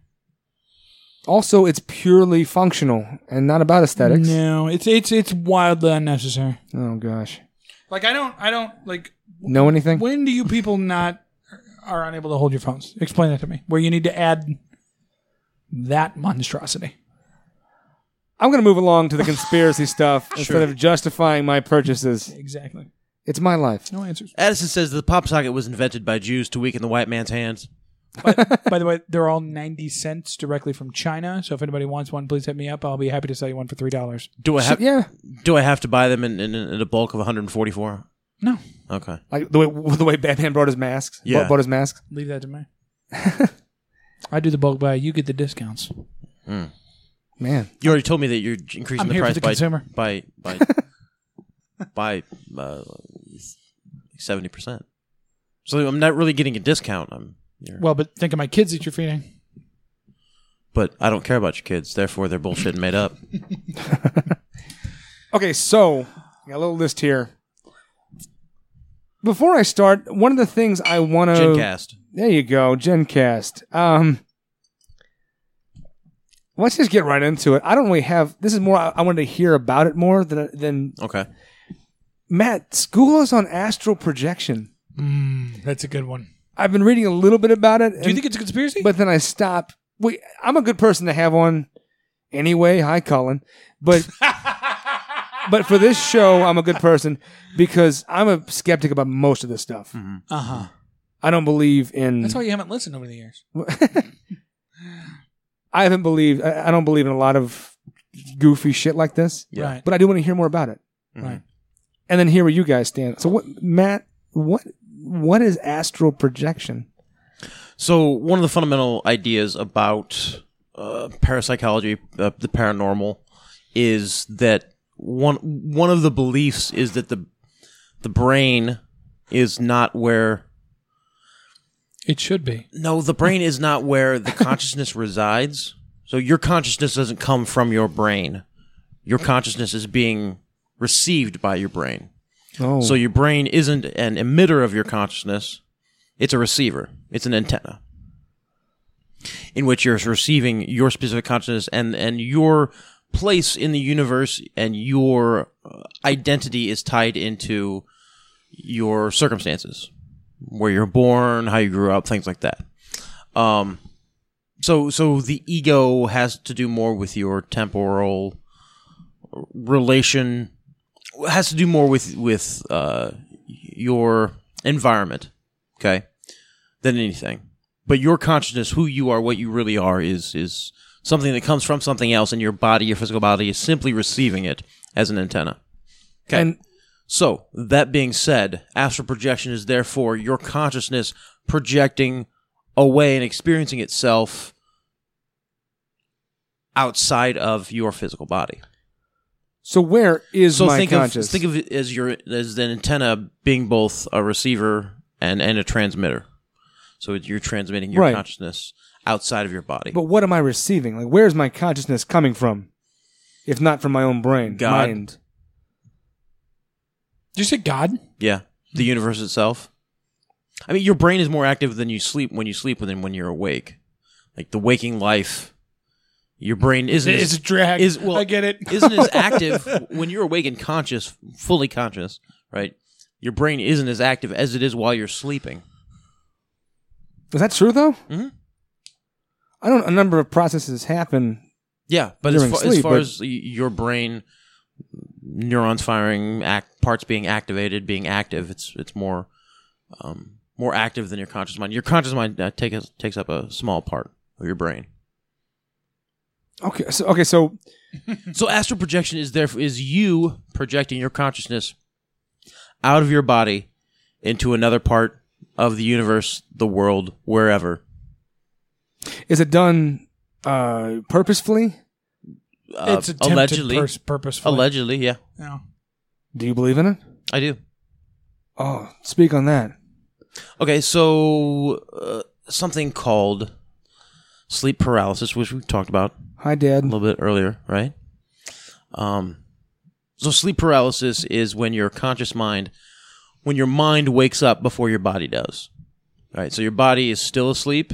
Also, it's purely functional and not about aesthetics. No, it's it's it's wildly unnecessary. Oh gosh. Like, I don't, I don't like. Know anything? When do you people not are unable to hold your phones? Explain that to me. Where you need to add that monstrosity. I'm gonna move along to the conspiracy stuff instead of justifying my purchases. Exactly. It's my life. No answers. Addison says the pop socket was invented by Jews to weaken the white man's hands. By the way, they're all 90 cents directly from China. So if anybody wants one, please hit me up. I'll be happy to sell you one for $3. Do I So, have? yeah. Do I have to buy them in, in, in a bulk of 144? No, Okay. Like the way the way Batman brought his masks. Yeah. Brought his masks. leave that to me. I do the bulk buy. You get the discounts. Man. You already told me that you're j- increasing I'm the here for price the by, consumer. by by by uh, seventy percent. So I'm not really getting a discount. I'm, Well, but think of my kids that you're feeding. but I don't care about your kids. Therefore, they're bullshit and made up. Okay, so I got a little list here. Before I start, one of the things I want to Gencast. there you go, GenCast. Um, Let's just get right into it. I don't really have. This is more. I, I wanted to hear about it more than than Okay. Matt Skula's on astral projection. That's a good one. I've been reading a little bit about it. Do you think it's a conspiracy? but then I stopped. Wait, I'm a good person to have on anyway. Hi, Colin. But but for this show, I'm a good person because I'm a skeptic about most of this stuff. Mm-hmm. uh huh. I don't believe in. That's why you haven't listened over the years. I haven't believed. I I don't believe in a lot of goofy shit like this. Yeah. Mm-hmm. Right. But I do want to hear more about it. Right. And then hear where you guys stand. So what, Matt? What what is astral projection? So one of the fundamental ideas about uh, parapsychology, uh, the paranormal, is that one one of the beliefs is that the the brain is not where It should be. no the brain is not where the consciousness resides. So your consciousness doesn't come from your brain. Your consciousness is being received by your brain. Oh, So your brain isn't an emitter of your consciousness; it's a receiver. It's an antenna in which you're receiving your specific consciousness and and your place in the universe and your uh, identity is tied into your circumstances, where you're born, how you grew up, things like that. Um, so so the ego has to do more with your temporal relation has to do more with with uh, your environment, okay, than anything. But your consciousness, who you are, what you really are, is is something that comes from something else, and your body, your physical body, is simply receiving it as an antenna. Okay. and so that being said, astral projection is therefore your consciousness projecting away and experiencing itself outside of your physical body so where is so my think conscious? of think of it as your as an antenna being both a receiver and and a transmitter. So it- you're transmitting your Right. consciousness outside of your body. But what am I receiving? Like, where is my consciousness coming from? If not from my own brain, God. mind. Did you say God? yeah, the universe itself. I mean, your brain is more active than you sleep when you sleep than when you're awake. Like the waking life, your brain isn't It's as- a drag. Is well, I get it. isn't as active when you're awake and conscious, fully conscious, right? Your brain isn't as active as it is while you're sleeping. Is that true though? Mhm. I don't. A number of processes happen. Yeah, but as during far, as sleep, far but- as y- your brain neurons firing, act, parts being activated, being active, it's it's more um, more active than your conscious mind. Your conscious mind uh, takes takes up a small part of your brain. Okay. So okay. So Hmm. So astral projection is therefore is you projecting your consciousness out of your body into another part of the universe, the world, wherever. is it done uh purposefully? Uh, it's attempted allegedly, pers- purposefully. allegedly, yeah, Yeah. Do you believe in it? I do. Oh, speak on that. Okay, so uh, something called sleep paralysis, which we talked about Hi, Dad. a little bit earlier, right? Um, so sleep paralysis is when your conscious mind, when your mind wakes up before your body does, right? So your body is still asleep.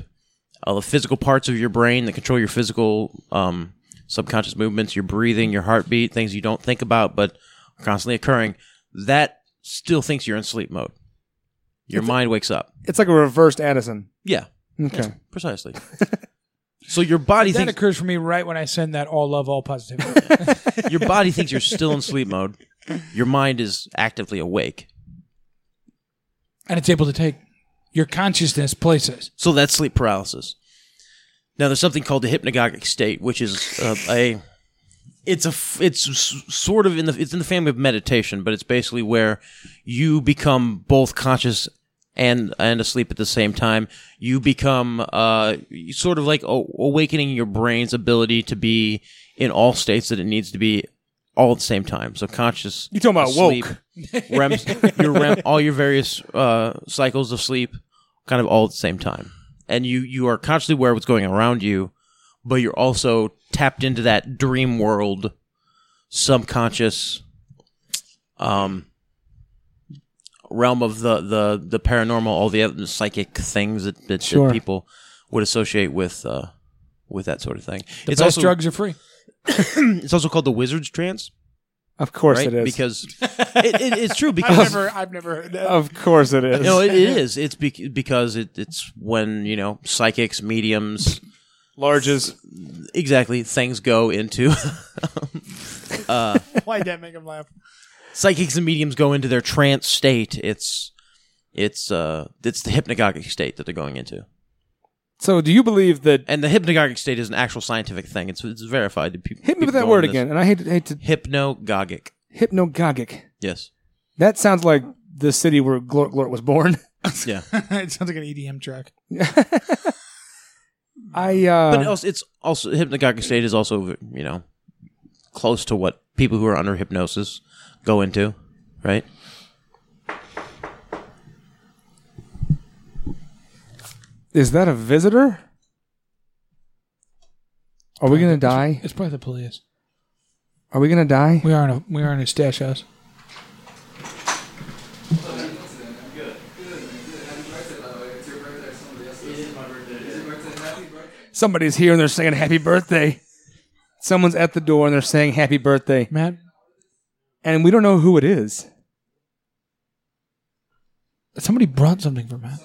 All the physical parts of your brain that control your physical um, subconscious movements, your breathing, your heartbeat, things you don't think about but are constantly occurring, that still thinks you're in sleep mode. Your mind wakes up. It's like a reversed Addison. Yeah, Okay. precisely. so your body That thinks occurs for me right when I send that all love, all positivity. your body thinks you're still in sleep mode. Your mind is actively awake. and it's able to take your consciousness places. So that's sleep paralysis. Now there's something called the hypnagogic state, which is uh, a it's a f- it's s- sort of in the it's in the family of meditation, but it's basically where you become both conscious and and asleep at the same time. You become uh you sort of like a- awakening your brain's ability to be in all states that it needs to be all at the same time. So conscious. You talking about asleep, woke. REM, your REM, all your various uh, cycles of sleep, kind of all at the same time, and you you are consciously aware of what's going around you, but you're also tapped into that dream world, subconscious, um, realm of the the the paranormal, all the other psychic things that that, that Sure. people would associate with uh, with that sort of thing. The it's best also drugs are free. it's also called the wizard's trance, Of course right? it is. Because it, it, it's true I've because never, I've never heard that. of course it is. no, it, it is. It's bec- because it, it's when you know psychics, mediums, Larges. exactly things go into Why'd that make him laugh? psychics and mediums go into their trance state. It's it's uh it's the hypnagogic state that they're going into, So do you believe that? and the hypnagogic state is an actual scientific thing. It's it's verified. Pe- Hit me people with go that word into this. again, and I hate to, hate to Hypnagogic. hypnogogic. Yes. That sounds like the city where Glort Glort was born. Yeah. it sounds like an E EDM track. I uh, but also, it's also hypnagogic state is also you know close to what people who are under hypnosis go into, right? is that a visitor? Are we gonna die? It's probably the police. Are we gonna die? We are in a we are in a stash house. Somebody's here and they're singing "Happy Birthday." Someone's at the door and they're saying "Happy Birthday," Matt, and we don't know who it is. somebody brought something for Matt.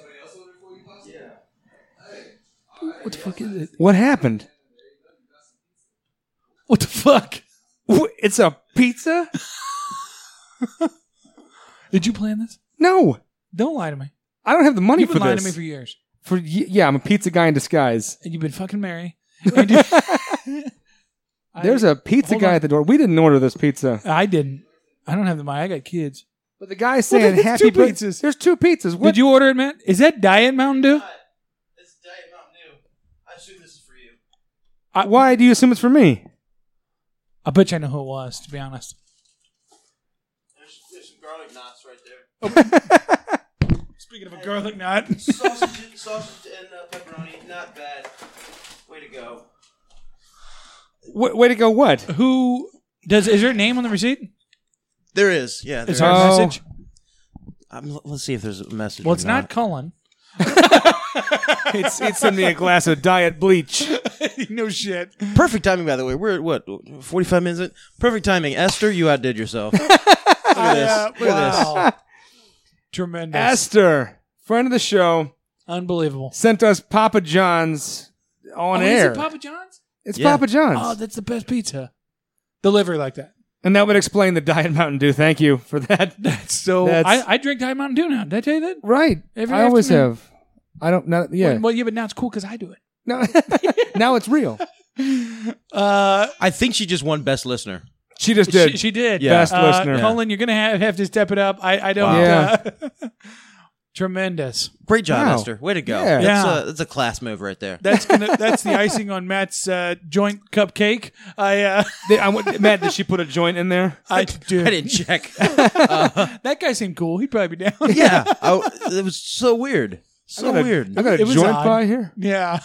What the fuck is it? What happened? What the fuck? Wh- It's a pizza? Did you plan this? No, Don't lie to me. I don't have the money You've for been lying this. to me for years. for y- yeah, I'm a pizza guy in disguise. And you've been fucking Mary. And you- I- There's a pizza hold guy on. at the door. We didn't order this pizza. I didn't. I don't have the money. I got kids. But the guy's saying there's two happy bir- pizzas. There's two pizzas. What? Did you order it, Matt? Is that Diet Mountain Dew? It's Diet Mountain Dew. I assume this is for you. Why do you assume it's for me? I bet you I know who it was, to be honest. There's, there's some garlic knots right there. Speaking of a garlic knot. Sausage, sausage and uh, pepperoni, not bad. Way to go. W- way to go! What? who does is there a name on the receipt? There is, yeah. Is there our is. Oh. message? Um, l- let's see if there's a message. Well or it's not Cullen. it's it's in me a glass of diet bleach. no shit. Perfect timing, by the way. We're at what, 45 minutes? in? Perfect timing. Esther, you outdid yourself. Look at this. Look at this. Tremendous. Esther, friend of the show, Unbelievable. sent us Papa John's on oh, is air. it Papa John's? it's Yeah. Papa John's, Oh, that's the best pizza. Delivery like that. and that would explain the diet Mountain Dew. Thank you for that. That's so That's- I, I drink Diet Mountain Dew now. Did I tell you that? Right. Every I always afternoon. have. I don't. Not, yeah. Well, yeah, but now it's cool because I do it. No, now it's real. Uh, I think she just won Best Listener. She just she, did. she did. Yeah. Best Uh, listener. Cullen, you're gonna have, have to step it up. I, I don't. Wow. uh, tremendous. Great job, Wow. Esther. Way to go. Yeah. That's, Yeah. A, that's a class move right there. That's gonna, that's the icing on Matt's uh, joint cupcake. I uh, They- I went- Matt, did she put a joint in there? I do. I didn't check. That guy seemed cool. He'd probably be down. yeah. I, it was so weird. So I got a- weird. I got a It was joint odd. pie here. yeah.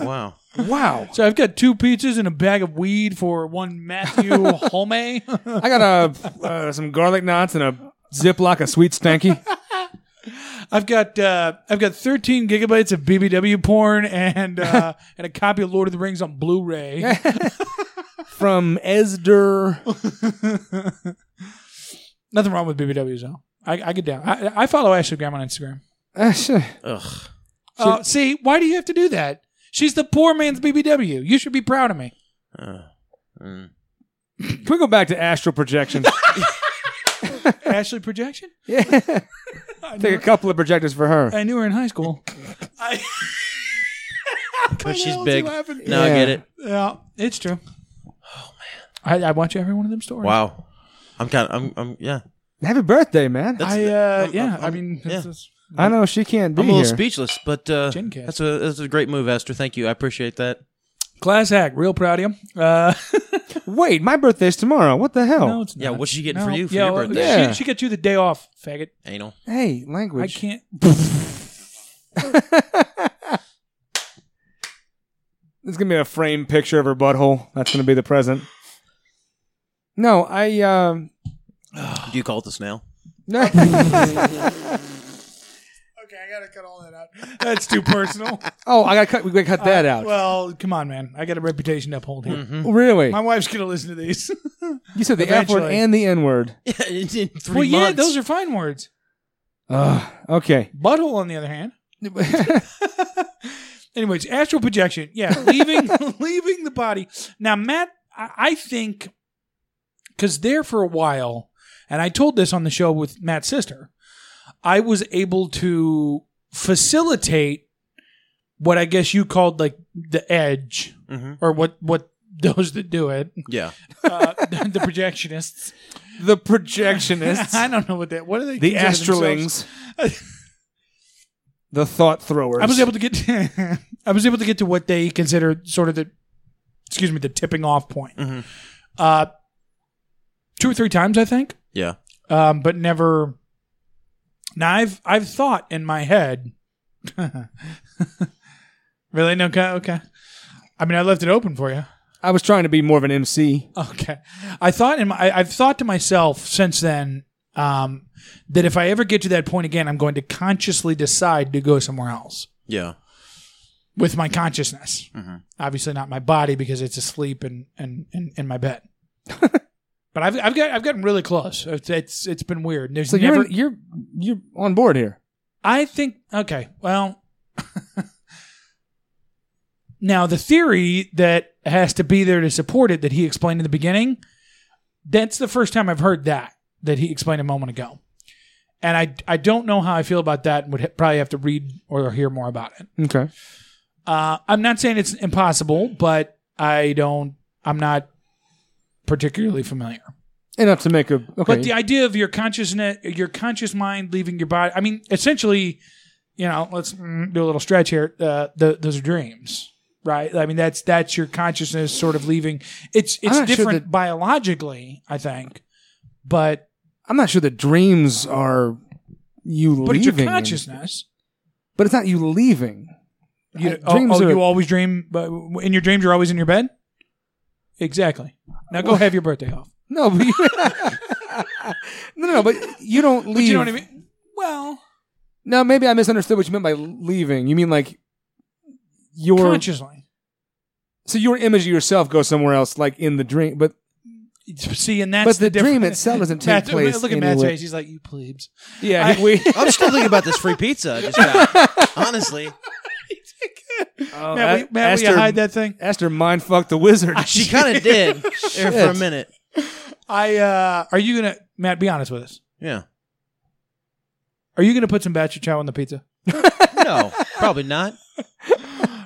Wow. Wow. So I've got two pizzas and a bag of weed for one Matthew Home. I got a uh, some garlic knots and a Ziploc of sweet stanky. I've got uh, I've got 13 gigabytes of BBW porn and uh, and a copy of Lord of the Rings on Blu-ray. from Esder. Nothing wrong with BBWs though. I, I get down. I, I follow Ashley Graham on Instagram. Uh, sh- Ugh. Oh, see, why do you have to do that? She's the poor man's BBW. You should be proud of me. Uh, mm. Can we go back to astral projection? Ashley projection. yeah. Take a couple of projectors for her. I knew her in high school. I, Because she's hell is he big. laughing? No, I Yeah. get it. yeah, it's true. Oh man, I, I watch every one of them stories. Wow. I'm kind of, I'm, I'm, yeah. Happy birthday, man. That's- I uh, I'm- yeah. I'm- i mean, yeah. it's just- I know she can't be I'm a little here. speechless, but uh, Gin cast. that's a that's a great move, Esther. Thank you. I appreciate that. class hack. Real proud of you. Uh, Wait, my birthday's tomorrow. What the hell? no, it's not. Oh, Yeah, what's she getting for Uh, No. you for yeah, your well, birthday? Yeah. She, she got you the day off, faggot. Anal. hey, I language. can't. There's gonna be a framed picture of her butthole. That's gonna be the present. No, I. Um, Do you call it the snail? no. okay, I gotta cut all that out. That's too personal. Oh, I gotta cut. We gotta cut that out. Uh, Mm-hmm. Well, come on, man. I got a reputation to uphold here. Mm-hmm. really? My wife's gonna listen to these. you said the F word eventually. and the N word. in three well, months. yeah, those are fine words. Ugh. okay. Butthole, on the other hand. Anyways, astral projection. Yeah, leaving leaving the body. Now, Matt, I, I think because there for a while, and I told this on the show with Matt's sister, I was able to facilitate what I guess you called like the edge, Mm-hmm. Mhm. or what what those that do it, Yeah. uh, the, the projectionists. The projectionists. I don't know what that. What are they? the consider themselves? astralings. the thought throwers. I was able to get I was able to get to what they consider sort of the excuse me the tipping off point. Mhm. Uh, two or three times I think, Yeah. um, but never. Now I've I've thought in my head. really no okay okay. I mean I left it open for you. I was trying to be more of an MC. Okay. I thought in my, I, I've thought to myself since then um, that if I ever get to that point again, I'm going to consciously decide to go somewhere else Yeah. with my consciousness. Mm-hmm. Obviously, not my body because it's asleep and and in, in my bed. but I've I've got I've gotten really close. It's it's, it's been weird. There's So never. you're you're you're on board here. I think okay. Well, now the theory that has to be there to support it that he explained in the beginning. That's the first time I've heard that that he explained a moment ago. And I, I don't know how I feel about that and would ha- probably have to read or hear more about it. Okay. Uh, I'm not saying it's impossible, but I don't. I'm not particularly familiar. Enough to make a okay. But the idea of your consciousness, your conscious mind leaving your body. I mean, essentially, you know, let's mm, do a little stretch here. Uh, the, those are dreams, right? I mean, that's that's your consciousness sort of leaving. It's I'm it's not sure different that- biologically, I think, but I'm not sure that dreams are you but leaving. it's your consciousness. But it's not you leaving. You, I- oh, dreams oh, are- you always dream, but in your dreams you're always in your bed. Exactly. Now go have your birthday off. No, but you, no, no, but you don't leave. But you know what I mean? Well, No, maybe I misunderstood what you meant by leaving. You mean like your consciously. so your image of yourself goes somewhere else, like in the dream. But See, and that's But the difference. dream itself doesn't take Matt- place Look at Matt's anywhere. face; he's like, "You plebes." yeah, we. I'm still thinking about this free pizza. I just got. Honestly, Matt, will you- Matt, will you hide that Ah, thing? Esther mind fucked the wizard. she kind of did there for a minute. I uh are you gonna Matt? Be honest with us. Yeah. Are you gonna put some batch of chow on the pizza? No, probably not.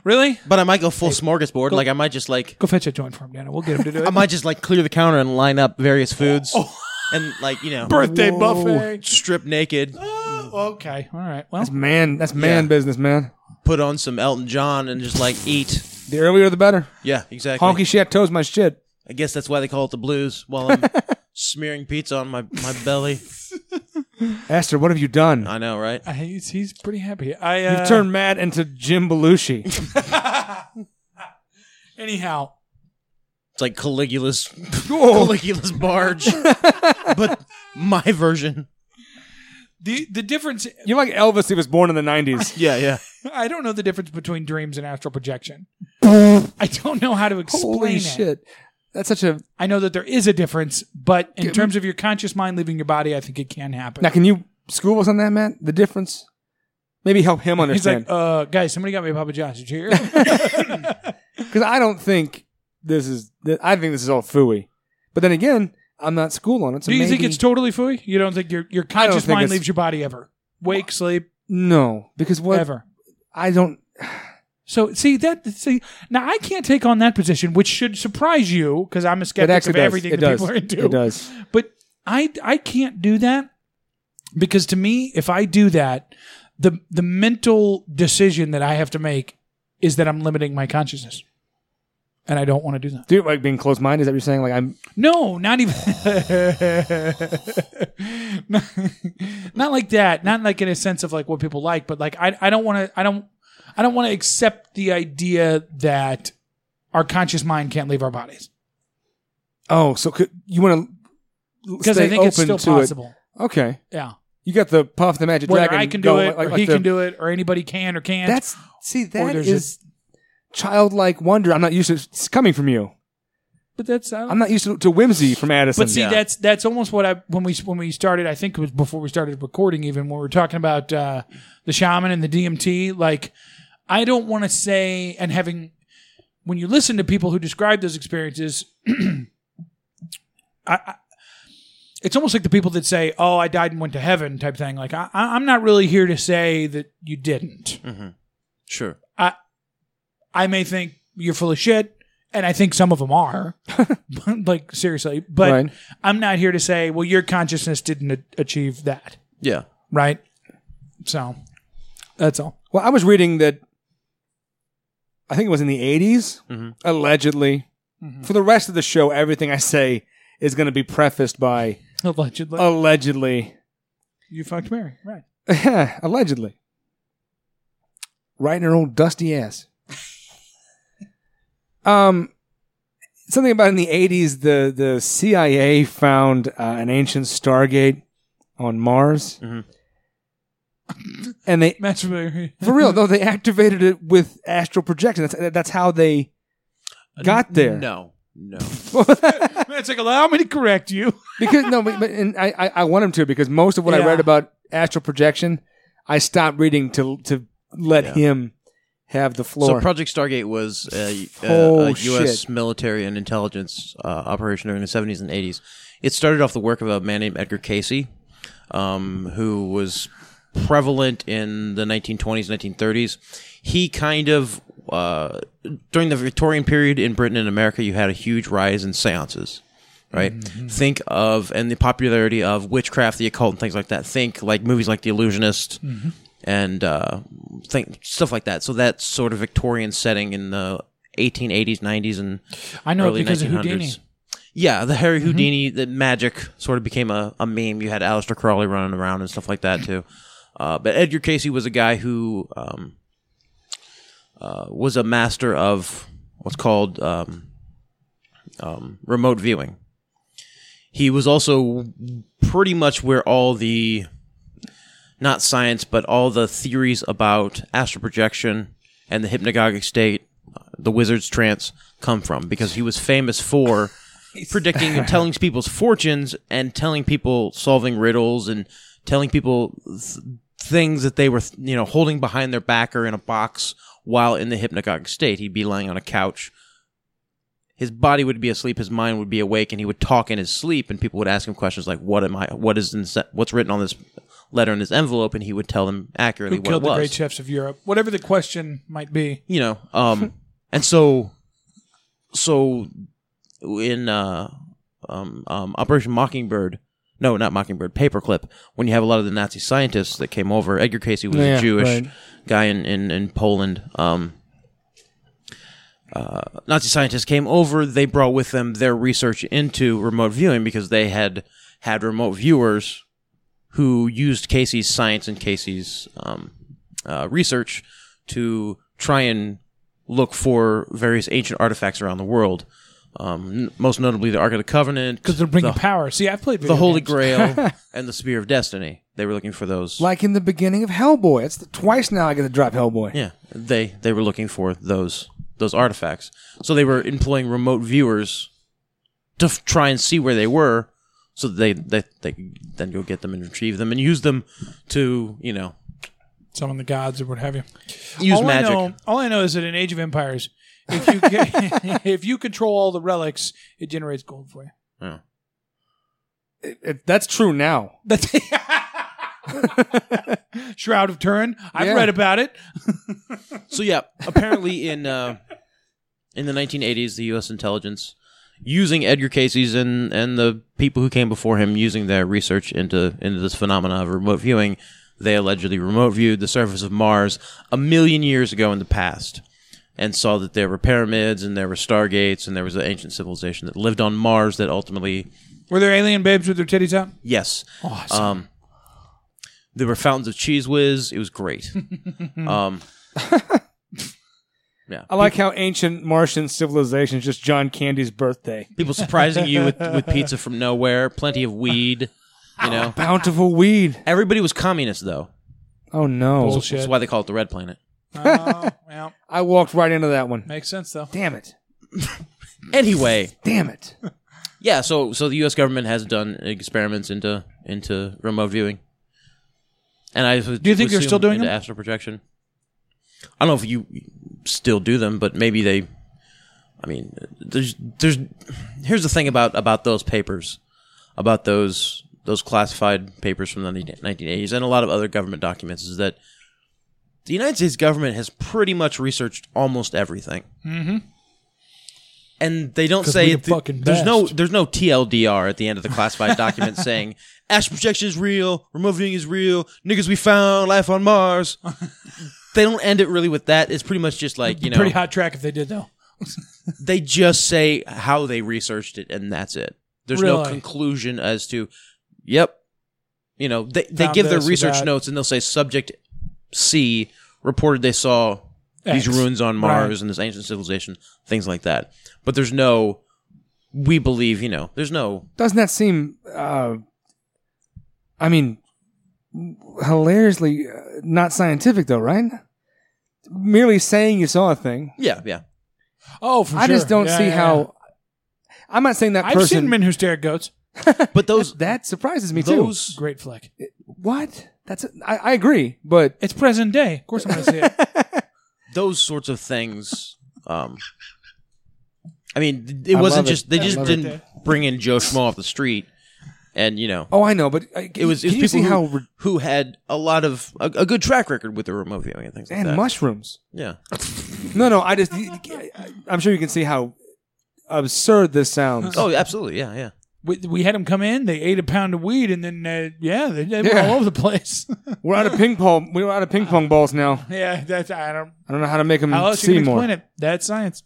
Really? But I might go full smorgasbord. Like I might just like Go fetch a joint for him, Dana. We'll get him to do it. I might just like clear the counter and line up various foods Oh. and like you know birthday buffet. strip naked, Oh, okay. All right. Well, That's man. That's man business, man. put on some Elton John, and just like eat. The earlier the better. Yeah, exactly. Honky chateau's my shit. I guess that's why they call it the blues. While I'm smearing pizza on my my belly. Esther, what have you done? I know, right? I- he's, he's pretty happy. I uh, You've turned Matt into Jim Belushi. anyhow. It's like Caligula's Caligula's barge, but my version. The the difference. You're like Elvis. He was born in the '90s. Yeah, yeah. I don't know the difference between dreams and astral projection. I don't know how to explain Holy it. shit! That's such a. I know that there is a difference, but in terms of your conscious mind leaving your body, I think it can happen. Now, can you school us on that, Matt? The difference? Maybe help him He's understand. like, uh, guys, somebody got me a Papa John's. Did you hear? Because I don't think this is. th- I think this is all fooey. But then again, I'm not school on it. So Do you think maybe- it's totally fooey? You don't think your your conscious think mind it's- leaves your body ever? Wake, sleep, no? Because what? ever. I don't. So see that see now I can't take on that position, which should surprise you because I'm a It skeptic actually of does. everything it that does. people are into. It does. But I I can't do that because to me, if I do that, the the mental decision that I have to make is that I'm limiting my consciousness, and I don't want to do that. Do you like being closed minded? Is that what you're saying? Like I'm. No, not even. not, not like that. Not like in a sense of like what people like, but like I, I don't want to. I don't. I don't want to accept the idea that our conscious mind can't leave our bodies Oh, so could, you want to? because I think open it's still to it. possible. Okay. Yeah. You got the puff the magic Whether dragon. I can do going, it, or he can do it, or anybody can or can't. That's see that there's is childlike wonder. I'm not used to. It's coming from you. but that's I don't I'm not used to, to whimsy from Addison. But see, that's that's almost what I when we when we started. I think it was before we started recording. Even when we were talking about uh, the shaman and the DMT, like I don't want to say and having when you listen to people who describe those experiences, I, I, it's almost like the people that say, "Oh, I died and went to heaven," type thing. Like I, I- I'm not really here to say that you didn't. Sure. I may think you're full of shit, and I think some of them are. like seriously, but. Right. I'm not here to say, well, your consciousness didn't a- achieve that, Yeah. right? So that's all. Well, I was reading that. I think it was in the 80s, allegedly. Mm-hmm. For the rest of the show, everything I say is going to be prefaced by Allegedly, Oh. allegedly. you fucked Mary, right? allegedly. Right in her old dusty ass. um, something about in the eighties, the the CIA found uh, an ancient Stargate on Mars, Mhm. and they That's familiar. for real though they activated it with astral projection. That's that's how they got there. No. No. That's like allow me to correct you. because no, but, but and I, I I want him to because most of what I Yeah. read about astral projection, I stopped reading to to let Yeah. him have the floor. So Project Stargate was a, a- Oh, a U.S. shit. military and intelligence uh, operation during the 70s and 80s. It started off the work of a man named Edgar Casey, um, who was prevalent in the 1920s, 1930s. He kind of, uh, during the Victorian period in Britain and America, you had a huge rise in seances. Right. Mm-hmm. Think of and the popularity of witchcraft, the occult, and things like that. Think like movies like The Illusionist, Mm-hmm. and uh, think stuff like that. So that sort of Victorian setting in the 1880s, 90s, and I know it early because of 1900s. Houdini. Mm-hmm. Yeah, the Harry Houdini, the magic sort of became a, a meme. You had Aleister Crowley running around and stuff like that too. Uh, but Edgar Casey was a guy who um, uh, was a master of what's called um, um, remote viewing. He was also pretty much where all the not science, but all the theories about astral projection and the hypnagogic state, uh, the wizard's trance, come from because he was famous for predicting and telling people's fortunes and telling people solving riddles and telling people th- things that they were, th- you know, holding behind their back or in a box while in the hypnagogic state. He'd be lying on a couch. His body would be asleep, his mind would be awake, and he would talk in his sleep. And people would ask him questions like, "What am I? What is in, what's written on this letter in this envelope?" And he would tell them accurately Who what it killed the was great chefs of Europe? Whatever the question might be. you know um and so so in uh um, um operation mockingbird no not mockingbird paperclip when you have a lot of the nazi scientists that came over edgar casey was Yeah, a jewish right. guy in in, in poland um uh, Nazi scientists came over. They brought with them their research into remote viewing because they had had remote viewers who used Casey's science and Casey's um, uh, research to try and look for various ancient artifacts around the world. Um, n- most notably, the Ark of the Covenant, Because they're bringing the, power. See, I've played the video Holy games. Grail, and the Spear of Destiny. They were looking for those. like in the beginning of Hellboy. It's the, twice now I get to drop Hellboy. Yeah, they they were looking for those those artifacts. So they were employing remote viewers to f- try and see where they were, so that they they they could then go get them and retrieve them and use them to you know Summon the gods or what have you. use all magic. I know, all I know is that in Age of Empires, if you ca- if you control all the relics, it generates gold for you. It- it- that's true now. That's Shroud of Turin. I've Yeah. read about it. So yeah, apparently in uh, in the 1980s, the U.S. intelligence using Edgar Casey's and and the people who came before him using their research into into this phenomena of remote viewing, they allegedly remote viewed the surface of Mars a million years ago in the past, and saw that there were pyramids and there were stargates and there was an ancient civilization that lived on Mars that ultimately Were there alien babes with their titties out? Yes. Awesome. Um, there were fountains of cheese whiz. It was great. um, yeah. I like how ancient Martian civilization is just John Candy's birthday. People surprising you with, with pizza from nowhere, plenty of weed, You know, Bountiful weed. everybody was communist though. Oh no! Bullshit. That's why they call it the Red Planet. oh, yeah, I walked right into that one. makes sense though. Damn it! Anyway, Damn it! yeah. So so the U.S. government has done experiments into into remote viewing. And I do you think they're still doing into them? astral projection? I don't know if you still do them, but maybe they. I mean, there's there's here's the thing about about those papers, about those those classified papers from the 1980s and a lot of other government documents is that the United States government has pretty much researched almost everything. Mm-hmm. And they don't 'Cause say we the th- fucking there's no best. there's no TLDR at the end of the classified document saying astral projection is real, remote viewing is real, niggas we found life on Mars. they don't end it really with that. It's pretty much just like you know Pretty hot track if they did though. they just say how they researched it and that's it. There's no Really? conclusion as to yep. You know, they, they Found give their this or research that. notes and they'll say subject C reported they saw X. these ruins on Right. Mars and this ancient civilization, things like that. But there's no we believe, you know, there's no Doesn't that seem? Uh, I mean, hilariously uh, not scientific though, right? Merely saying you saw a thing. yeah, yeah. Oh, for I sure. just don't Yeah, see yeah, how. yeah. I'm not saying that I've person. seen men who stare at goats. But those that surprises me too. those Great flick. What? That's I, I agree, but It's present day. Of course, I'm going to see it. those sorts of things um I mean, it I love wasn't it. just they I just love it. didn't bring in Joe Schmo off the street and you know oh, I know, but uh, it was, it was Can you see people how who, who had a lot of a, a good track record with the remote viewing and things like and that. mushrooms? yeah, No, no, I just I'm sure you can see how absurd this sounds. oh, absolutely, yeah, yeah. We, we had them come in. They ate a pound of weed, and then uh, yeah, they, they were Yeah. all over the place. We're out of ping pong. We're out of ping pong balls now. yeah, that's I don't. I don't know how to make them How else you see can more. explain it? That's science.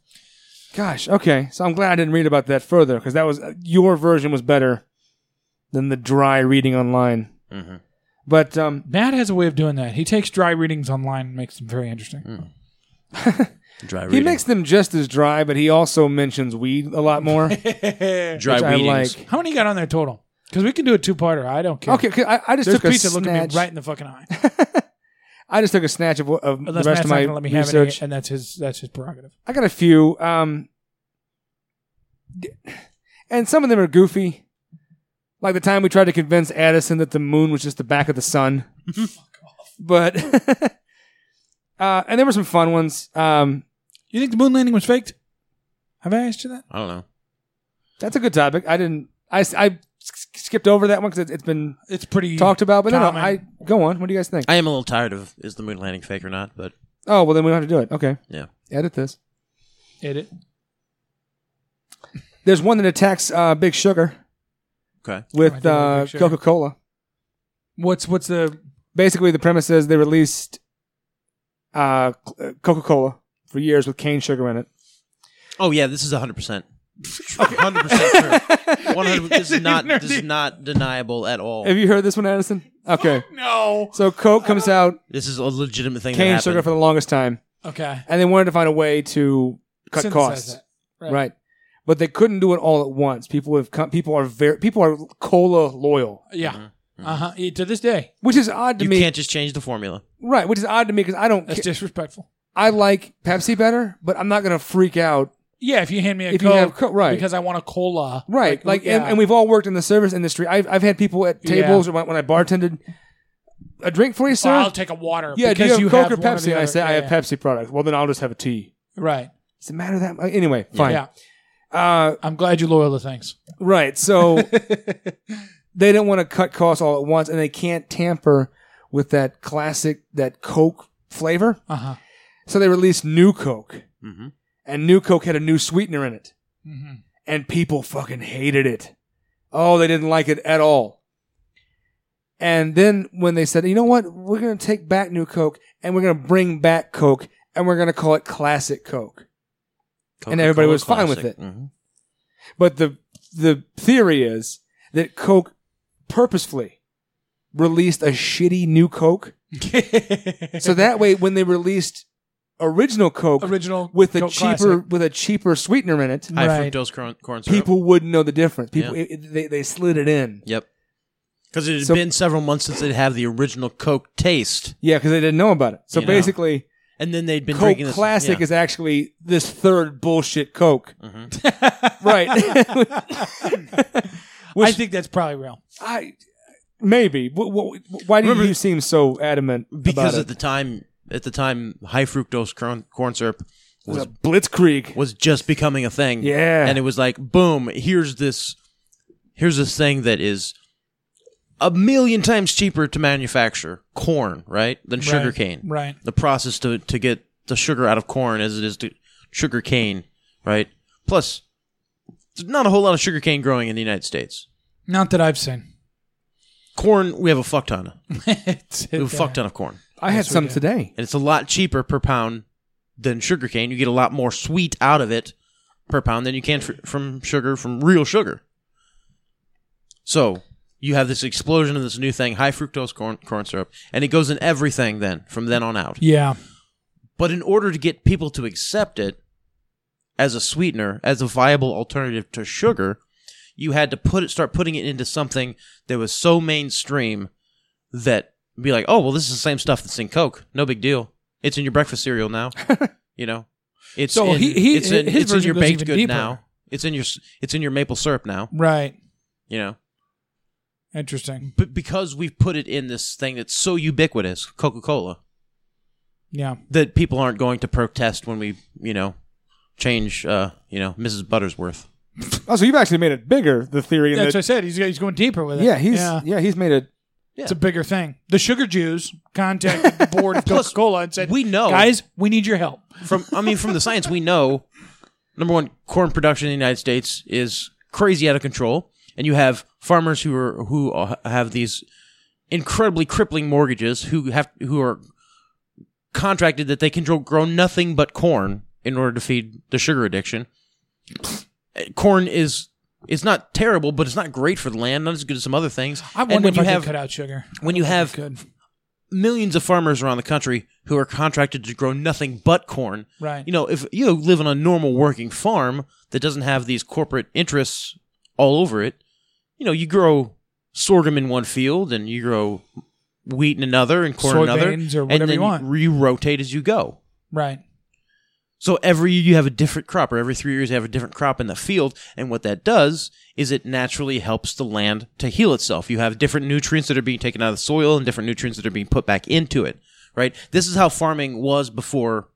Gosh, okay. So I'm glad I didn't read about that further because that was uh, your version was better than the dry reading online. Mhm. But um, Matt has a way of doing that. He takes dry readings online and makes them very interesting. Dry he reading. makes them just as dry, but he also mentions weed a lot more. dry which I readings. like. How many you got on there total? Because we can do a two-parter. I don't care. Okay, 'cause I, I just There's took a pizza snatch. looking me right Uh, in the fucking eye. I just took a snatch of, of the Unless rest Matt's not of my going to let me have any, research. and that's his that's his prerogative. I got a few, um, d- and some of them are goofy. Like the time we tried to convince Addison that the moon was just the back of the sun. But uh, and there were some fun ones. Um, You think the moon landing was faked? Have I asked you that? I don't know. that's a good topic. I didn't. I, s- I s- skipped over that one because it, it's been It's pretty talked about. But no, no, Common. I go on. What do you guys think? I am a little tired of is the moon landing fake or not, but oh well, then we don't have to do it. Okay. Yeah. Edit this. Edit. There's one that attacks uh, Big Sugar Oh, okay. I with do love uh, Big Sugar. Coca Cola. What's what's the basically the premise is they released uh, Coca Cola for years with cane sugar in it. Oh yeah, this is hundred percent. Hundred percent true. One hundred. This is not. This is not deniable at all. Have you heard this one, Addison? Okay, no? so Coke comes out This is a legitimate thing. cane that sugar for happened. the longest time, Okay, and they wanted to find a way to cut Synthesize costs, that. right. But they couldn't do it all at once. People have come, people are very people are cola loyal, Yeah. Uh huh. To this day, which is odd to You me, can't just change the formula. right? Which is odd to me because I don't. that's ca- disrespectful. I like Pepsi better, but I'm not gonna freak out Yeah, if you hand me a If you coke, have Coke, right. because I want a cola, Right. Like, and, yeah. and we've all worked in the service industry. I've, I've had people at Yeah. tables or when, when I bartended, a drink for you, Or sir? I'll take a water. yeah, do because you have Coke one or the Pepsi? And I other. say, I Yeah, have Pepsi products. Well, then I'll just have a tea. yeah. Right. Does it matter that much? Anyway, fine. Yeah. Uh, I'm glad you're loyal to things. right. So they don't want to cut costs all at once and they can't tamper with that classic, that Coke flavor. Uh huh. So they released New Coke. Mhm. And New Coke had a new sweetener in it. And people fucking hated it. Oh, they didn't like it at all. And then when they said, you know what? We're going to take back New Coke and we're going to bring back Coke and we're going to call it Classic Coke. And everybody was fine with it. Mhm. But the, the theory is that Coke purposefully released a shitty New Coke. so that way, when they released original Coke, Original with a Coke cheaper Classic. with a cheaper sweetener in it, High Right. fructose corn, corn syrup. people wouldn't know the difference. People Yeah. it- it- they they slid it in, Yep. Because it had So- been several months since they'd have the original Coke taste, Yeah, because they didn't know about it. So You know. basically, and then they'd been Coke drinking this, Classic yeah. is actually this third bullshit Coke. Mm-hmm. right. I think that's probably real. I maybe. Wh- wh- why do Remember- you seem so adamant because about at the time, at the time, high fructose corn, corn syrup it? was Blitzkrieg. was just becoming a thing. Yeah. and it was like, boom! Here's this, here's this thing that is a million times cheaper to manufacture corn, right, than sugar cane. Right. The process to to get the sugar out of corn as it is to sugar cane, right? Plus, there's not a whole lot of sugar cane growing in the United States. Not that I've seen. Corn, we have a fuck ton. Of, it's, we have a fuck ton of corn. I had some today. and it's a lot cheaper per pound than sugarcane. You get a lot more sweet out of it per pound than you can fr- from sugar, from real sugar. So you have this explosion of this new thing, high fructose corn, corn syrup, and it goes in everything then from then on out. Yeah. But in order to get people to accept it as a sweetener, as a viable alternative to sugar, you had to put it, start putting it into something that was so mainstream that be like, oh well, this is the same stuff that's in Coke. No big deal. It's in your breakfast cereal now. you know, it's So in, he- he- it's in, his it's in version your goes baked even good deeper. now. It's in your s- it's in your maple syrup now. Right. You know, Interesting. but because we've put it in this thing that's so ubiquitous, Coca Cola. Yeah. that people aren't going to protest when we, you know, change, uh, you know, Mrs. Buttersworth. Oh, so you've actually made it bigger. The theory. That's what That, I said. He's, he's going deeper with it. yeah, he's Yeah. yeah. he's made it. It's a bigger thing. The sugar Jews contacted the board of Coca Cola and said, we know- guys, we need your help." From, I mean, from the science we know, number one, corn production in the United States is crazy out of control, and you have farmers who are who uh, have these incredibly crippling mortgages who have who are contracted that they can grow, grow nothing but corn in order to feed the sugar addiction. Uh, Corn is. It's not terrible, but it's not great for the land. Not as good as some other things. I And wonder when if you I could have cut out sugar. when you have Good. millions of farmers around the country who are contracted to grow nothing but corn. Right. You know, if you live on a normal working farm that doesn't have these corporate interests all over it, you know, you grow sorghum in one field and you grow wheat in another and corn in another, Soybeans or and whatever then you want. you rotate as you go. Right. So every year you have a different crop, or every three years you have a different crop in the field. And what that does is it naturally helps the land to heal itself. You have different nutrients that are being taken out of the soil and different nutrients that are being put back into it, right? This is how farming was before,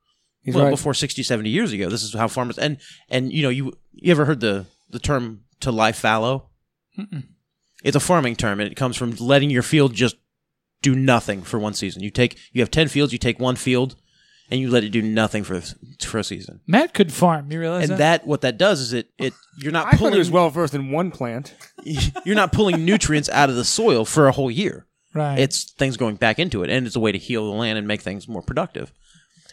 He's well, right. before 60, 70 years ago. This is how farmers, and, and you know, you, you ever heard the, the term to lie fallow? It's a farming term and it comes from letting your field just do nothing for one season. You take, you have 10 fields, you take one field and you let it do nothing for, for a season Matt could farm. You realize and that? that what that does is it it you're not I thought he pulling was well versed in one plant. you're not pulling nutrients out of the soil for a whole year. Right. It's things going back into it, and it's a way to heal the land and make things more productive.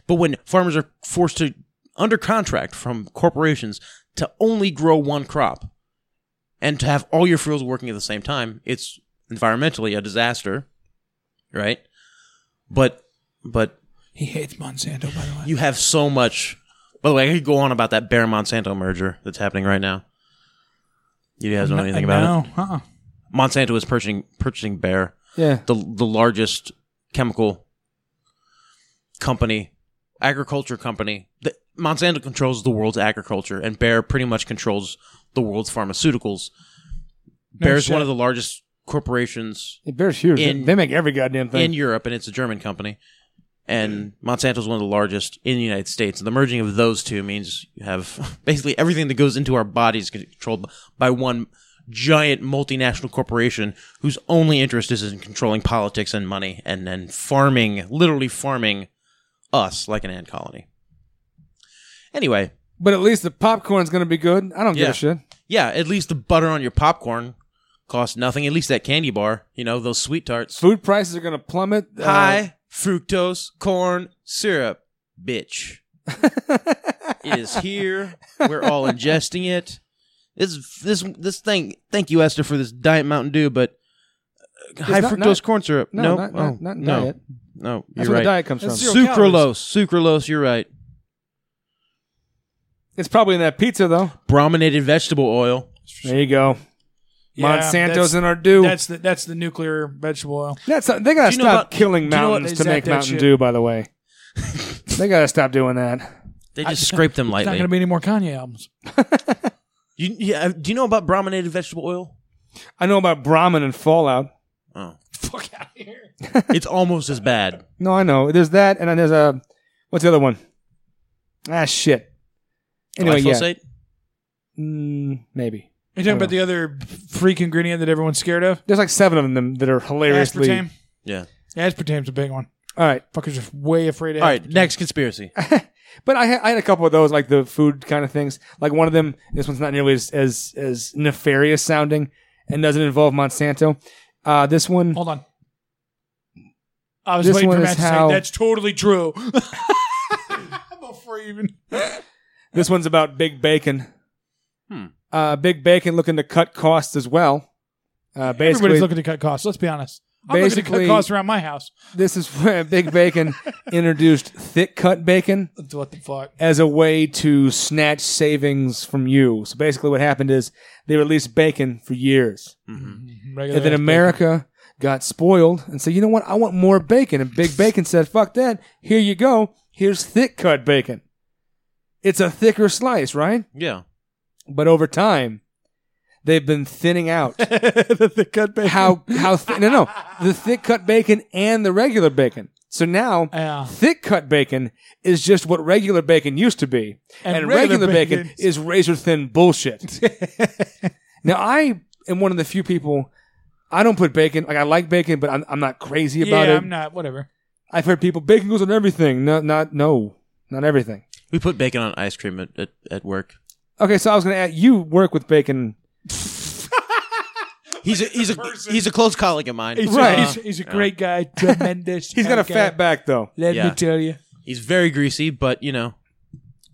But when farmers are forced to under contract from corporations to only grow one crop and to have all your fields working at the same time, it's environmentally a disaster, right? But but he hates Monsanto, by the way. you have so much. By the way, I could go on about that Bear Monsanto merger that's happening right now. You guys don't know anything about it. no, Uh-uh. Monsanto is purchasing purchasing Bear, Yeah. the the largest chemical company, agriculture company. The, Monsanto controls the world's agriculture, and Bear pretty much controls the world's pharmaceuticals. No Bear is shit. one of the largest corporations It bears huge. In- they make every goddamn thing. in Europe, and it's a German company. And Monsanto's one of the largest in the United States. And the merging of those two means you have basically everything that goes into our bodies controlled by one giant multinational corporation whose only interest is in controlling politics and money and then farming, literally farming us like an ant colony. Anyway, But at least the popcorn's going to be good. I don't give Yeah. a shit. yeah, at least the butter on your popcorn costs nothing. At least that candy bar, you know, those sweet tarts. Food prices are going to plummet. Uh, high fructose corn syrup, bitch. it is here. We're all ingesting it. This this this thing. Thank you, Esther, for this diet Mountain Dew, but uh, high not- fructose not- corn syrup. no, no, not, oh, not, not no, diet. no. You're That's where right. the diet comes That's from. zero Sucralose, sucralose. You're right. It's probably in that pizza, though. Brominated vegetable oil. There you go. Yeah, Monsanto's that's- in our dew. That's That's, the that's the nuclear vegetable oil. they gotta Do you stop know about- killing do you know what- mountains They to make zapped that Mountain shit. Dew. By the way, they gotta stop doing that. They I- just scrape them It's not lightly. going to be any more Kanye albums. you, yeah, uh, do you know about brominated vegetable oil? I know about Brahmin and Fallout. Oh. Fuck out of here. it's almost as bad. No, I know. There's that, and then there's a what's the other one? Ah, shit. Anyway, yeah, Glyphosate? mm, maybe. You talking about the other freak ingredient that everyone's scared of? There's like seven of them that are hilariously. Aspartame. Yeah. Aspartame's a big one. All right, Fuckers are way afraid of. All right, aspartame. next conspiracy. but I, ha- I had a couple of those, like the food kind of things. Like one of them, this one's not nearly as as, as nefarious sounding, and doesn't involve Monsanto. Uh, this one, Hold on. I was This waiting one for is Matt to how- say that's totally true. Before you even this one's about Big Bacon. Hmm. Uh, Big Bacon looking to cut costs as well. Uh, basically, everybody's looking to cut costs. Let's be honest. I'm looking to Basically- cut costs around my house. this is where Big Bacon introduced thick cut bacon. What the fuck? as a way to snatch savings from you. So basically, what happened is they released bacon for years, Regular and then ass America got spoiled and said, "You know what? I want more bacon." And Big Bacon said, "Fuck that! Here you go. Here's thick cut bacon. It's a thicker slice, right? Yeah. But over time, they've been thinning out." bacon. the thick cut bacon. How how thi- no no the thick cut bacon and the regular bacon. So now Yeah. thick cut bacon is just what regular bacon used to be, and, And regular regular, bacon, bacon is razor thin bullshit. now I am one of the few people. I don't put bacon. Like I like bacon, but I'm, I'm not crazy about yeah, it. I'm not. Whatever. I've heard people bacon goes on everything. No, not no, not everything. We put bacon on ice cream at, at, at work. Okay, so I was going to add. You work with bacon, He's a he's a he's a close colleague of mine. He's, Right. a, he's, he's a great guy. Tremendous. He's got a guy. fat back though. Let Yeah. me tell you, He's very greasy, but you know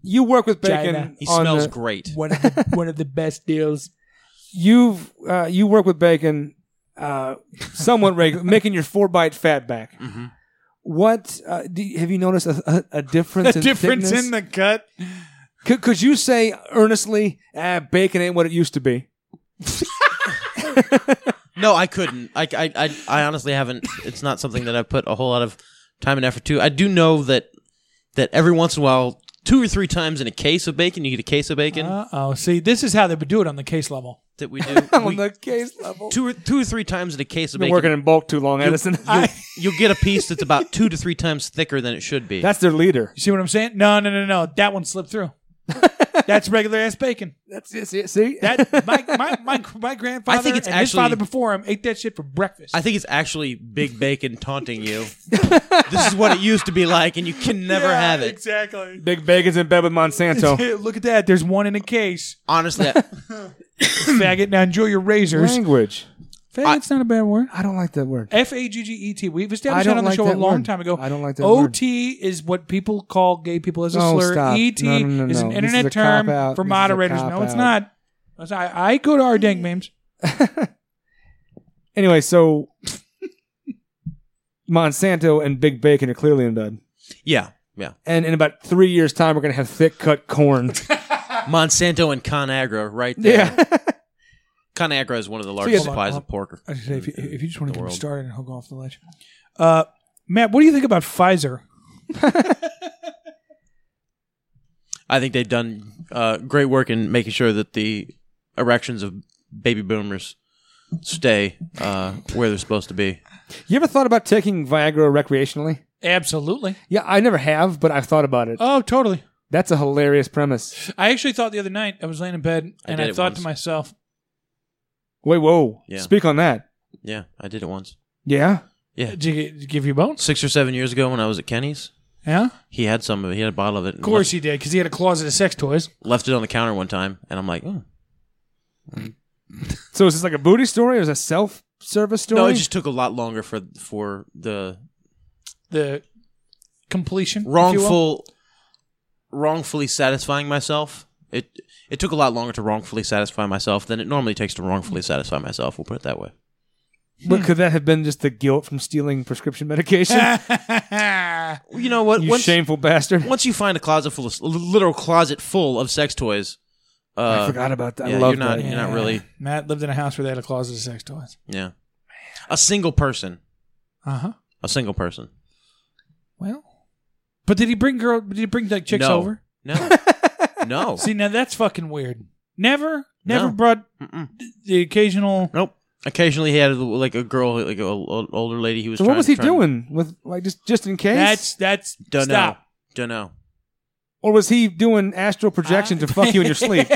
You work with bacon. China. he on smells the- great. one of the, one of the best deals. you've uh, you work with bacon uh, somewhat regular, making your four bite fat back. What uh, do you- have you noticed a, a, a difference? The in difference thickness? in the cut. Could, could you say earnestly, ah, bacon ain't what it used to be? No, I couldn't. I, I I I honestly haven't. It's not something that I've put a whole lot of time and effort to. I do know that that every once in a while, two or three times in a case of bacon, you get a case of bacon Uh oh. See, this is how they would do it on the case level. that we do. On the case level, two or two or three times in a case of been bacon, working in bulk too long, Edison. you'll get a piece that's about two to three times thicker than it should be. That's their leader. You see what I'm saying? No, no, no, no. That one slipped through. That's regular ass bacon. That's it. See, see? That my my my, my grandfather I think it's and his actually- father before him ate that shit for breakfast. I think it's actually Big Bacon taunting you. this is what it used to be like, and you can never Yeah, have it. Exactly. Big bacon's in bed with Monsanto. Look at that. There's one in a case. Honestly, I, Faggot. Now enjoy your razors. Language. Faggot's not a bad word. I don't like that word. F A G G E T. We've I established don't that on the like show that a long word. time ago. I don't like that word. OT is what people call gay people as a No, slur. stop. ET No, no, no, is no. an This internet is a term cop-out. for This is a moderators. No, it's cop-out. not. That's- I, I go to our dang memes. Anyway, so Monsanto and Big Bacon are clearly in bed. yeah, yeah. and in about three years' time, we're gonna have thick cut corn. Monsanto and ConAgra, right there. yeah, ConAgra is one of the largest Hold on, supplies hold of pork. I should say, if you, if you just want The to get him world. started and he'll go off the ledge. Uh, Matt, what do you think about Pfizer? I think they've done uh, great work in making sure that the erections of baby boomers stay uh, where they're supposed to be. you ever thought about taking Viagra recreationally? Absolutely. Yeah, I never have, but I've thought about it. Oh, totally. That's a hilarious premise. I actually thought the other night I was laying in bed I and did I it thought once. to myself, Wait, whoa! Yeah. Speak on that. Yeah, I did it once. Yeah, Yeah, "Did you, did you give you bones?" six or seven years ago when I was at Kenny's, Yeah, he had some of it. He had a bottle of it. of course he did because he had a closet of sex toys. left it on the counter one time, and I'm like, oh. So is this like a booty story or is it a self service story? no, it just took a lot longer for for the The completion, if you will. wrongful, wrongfully satisfying myself. It it took a lot longer to wrongfully satisfy myself than it normally takes to wrongfully satisfy myself. We'll put it that way. But could that have been just the guilt from stealing prescription medication? Well, You know what? you Ah, once, shameful bastard! once you find a closet full of a literal closet full of sex toys, Uh, I forgot about that. yeah, I love you're not- that. you're not really- Matt lived in a house where they had a closet of sex toys. Yeah. A single person. Uh huh. A single person. Well, but did he bring girl? Did he bring like chicks No. over? No. no. See, now that's fucking weird. Never, never No. brought Mm-mm. the occasional. Nope. Occasionally he had a, like a girl, like an older lady. He was. So trying, what was he trying- doing with like just just in case? That's that's Dunno. stop. Dunno. or was he doing astral projection to fuck you in your sleep?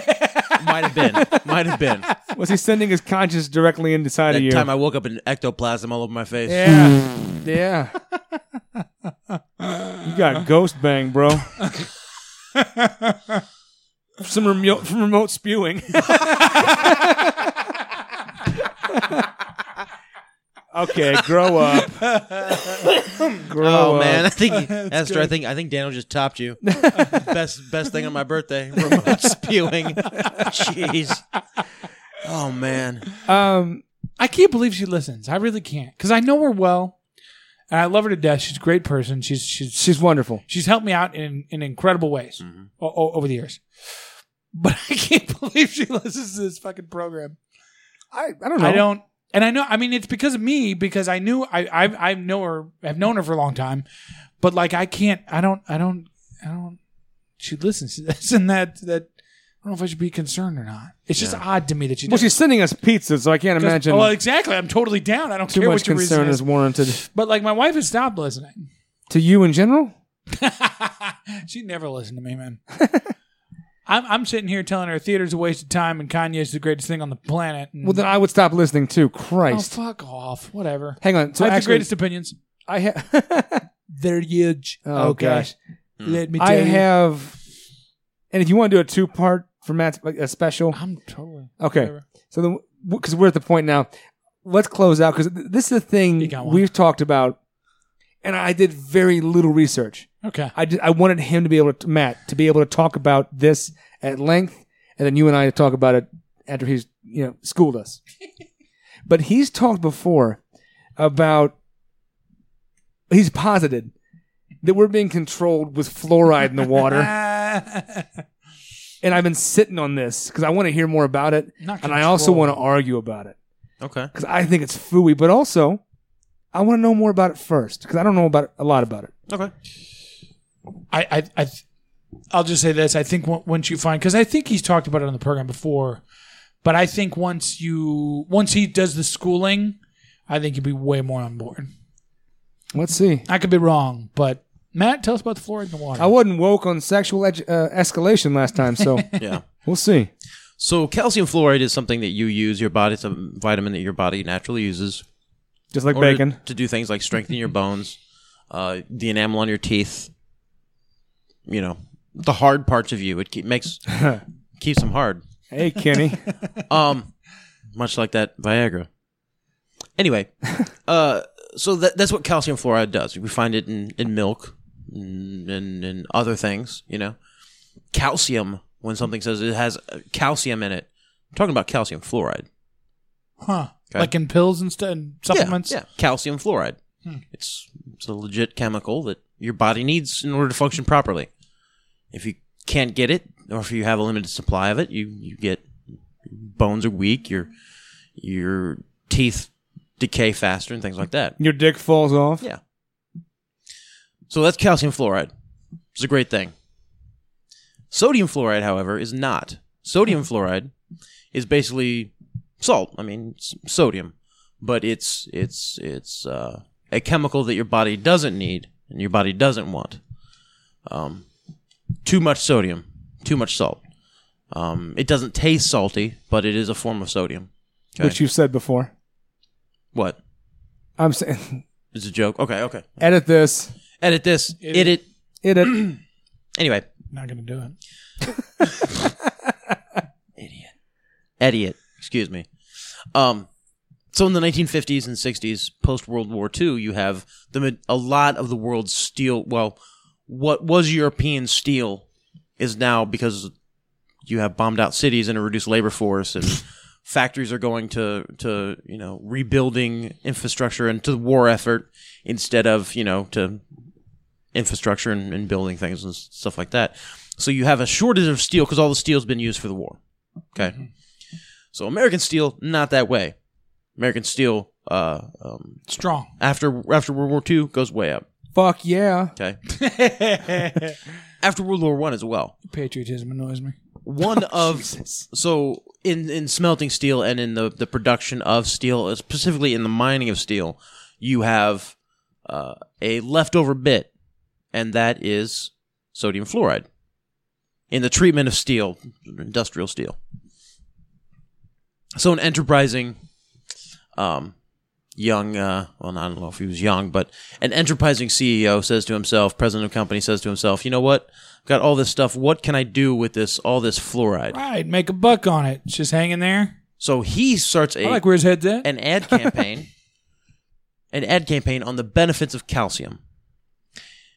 Might have been. Might have been. Was he sending his conscience directly inside of That you? time I woke up in ectoplasm all over my face. Yeah, Mm. yeah. you got ghost bang, bro. Some remote, from remote spewing. okay, grow up. grow Oh up. man, I think Esther, I think I think Daniel just topped you. best best thing on my birthday, remote spewing. Jeez. Oh man. Um, I can't believe she listens. I really can't because I know her well, and I love her to death. She's a great person. She's she's she's wonderful. she's helped me out in in incredible ways o- o- over the years. But I can't believe she listens to this fucking program. I, I don't know. I don't, and I know. I mean, it's because of me because I knew I I I know her. I've known her for a long time, but like I can't. I don't. I don't. I don't. She listens to this and that. That I don't know if I should be concerned or not. It's just odd to me that she. Well, does. she's sending us pizza, so I can't 'Cause- imagine Well, exactly. I'm totally down. I don't too care much what your reason concern is. is warranted But like, my wife has stopped listening. to you in general. she never listened to me, man. I'm, I'm sitting here telling her theater's a waste of time and Kanye's the greatest thing on the planet. and- Well, then I would stop listening too. oh, Christ. fuck off. Whatever. Hang on. So I have the actually, greatest opinions. I have. They're huge. oh gosh, Let me tell I you. have. And if you want to do a two-part for Matt's like a special, I'm totally. okay. So then, because we're at the point now, let's close out because this is the You thing got one. we've talked about, and I did very little research. Okay. I did, I wanted him to be able to Matt to be able to talk about this at length, and then you and I to talk about it after he's you know schooled us. but he's talked before about he's posited that we're being controlled with fluoride in the water, Ah. and I've been sitting on this because I want to hear more about it, Not and I also controlled. want to argue about it Okay. because I think it's fooey, but also I want to know more about it first because I don't know about a lot about it. Okay. I, I, I th- I'll just say this. I think on- once you find, because I think he's talked about it on the program before, but I think once you, once he does the schooling, I think you'll be way more on board. Let's see. I could be wrong, but Matt, tell us about the fluoride in the water. I wasn't woke on sexual edu- uh, escalation last time, so Yeah. we'll see. So calcium fluoride is something that you use your body. It's a vitamin that your body naturally uses. Just like in order bacon. to do things like strengthen your bones, uh, the enamel on your teeth. You know, the hard parts of you. It keep, makes keeps them hard. Hey, Kenny. Um, much like that Viagra. Anyway, uh, so that, that's what calcium fluoride does. We find it in, in milk and, and and other things. You know, calcium. When something says it has uh, calcium in it, I'm talking about calcium fluoride. huh? Okay. Like in pills and, st- and supplements. Yeah, yeah. calcium fluoride. It's it's a legit chemical that your body needs in order to function properly. If you can't get it, or if you have a limited supply of it, you you get bones are weak, your your teeth decay faster, and things like that. Your dick falls off. Yeah. So that's calcium fluoride. It's a great thing. Sodium fluoride, however, is not. Sodium fluoride is basically salt. I mean, s- sodium, but it's it's it's uh, a chemical that your body doesn't need and your body doesn't want. Um, too much sodium, too much salt. Um, it doesn't taste salty, but it is a form of sodium. Which you've said before. What? I'm saying, It's a joke. Okay, okay. edit this. Edit this. Edit. Edit. Edit. Anyway, Not gonna do it. idiot. Excuse me. Um, so in the 1950s and 60s, post World War II, you have the ma- a lot of the world's steel. Well, what was European steel is now because you have bombed out cities and a reduced labor force, and factories are going to to you know rebuilding infrastructure and to the war effort instead of you know to infrastructure and, and building things and s- stuff like that. So you have a shortage of steel because all the steel's been used for the war. Okay. So American steel, not that way. American steel, uh, um, Strong. after after World War II, goes way up. Fuck yeah. Okay. after World War One as well. Patriotism annoys me. One of so in in smelting steel and in the the production of steel, uh, specifically in the mining of steel, you have uh, a leftover bit, and that is sodium fluoride. In the treatment of steel, industrial steel. So an enterprising, um, young, uh, well, I don't know if he was young, but an enterprising CEO says to himself, president of company says to himself, you know what? Got all this stuff. What can I do with this? All this fluoride. Right, make a buck on it. It's just hanging there. So he starts I a like where his head's at. an ad campaign, an ad campaign on the benefits of calcium.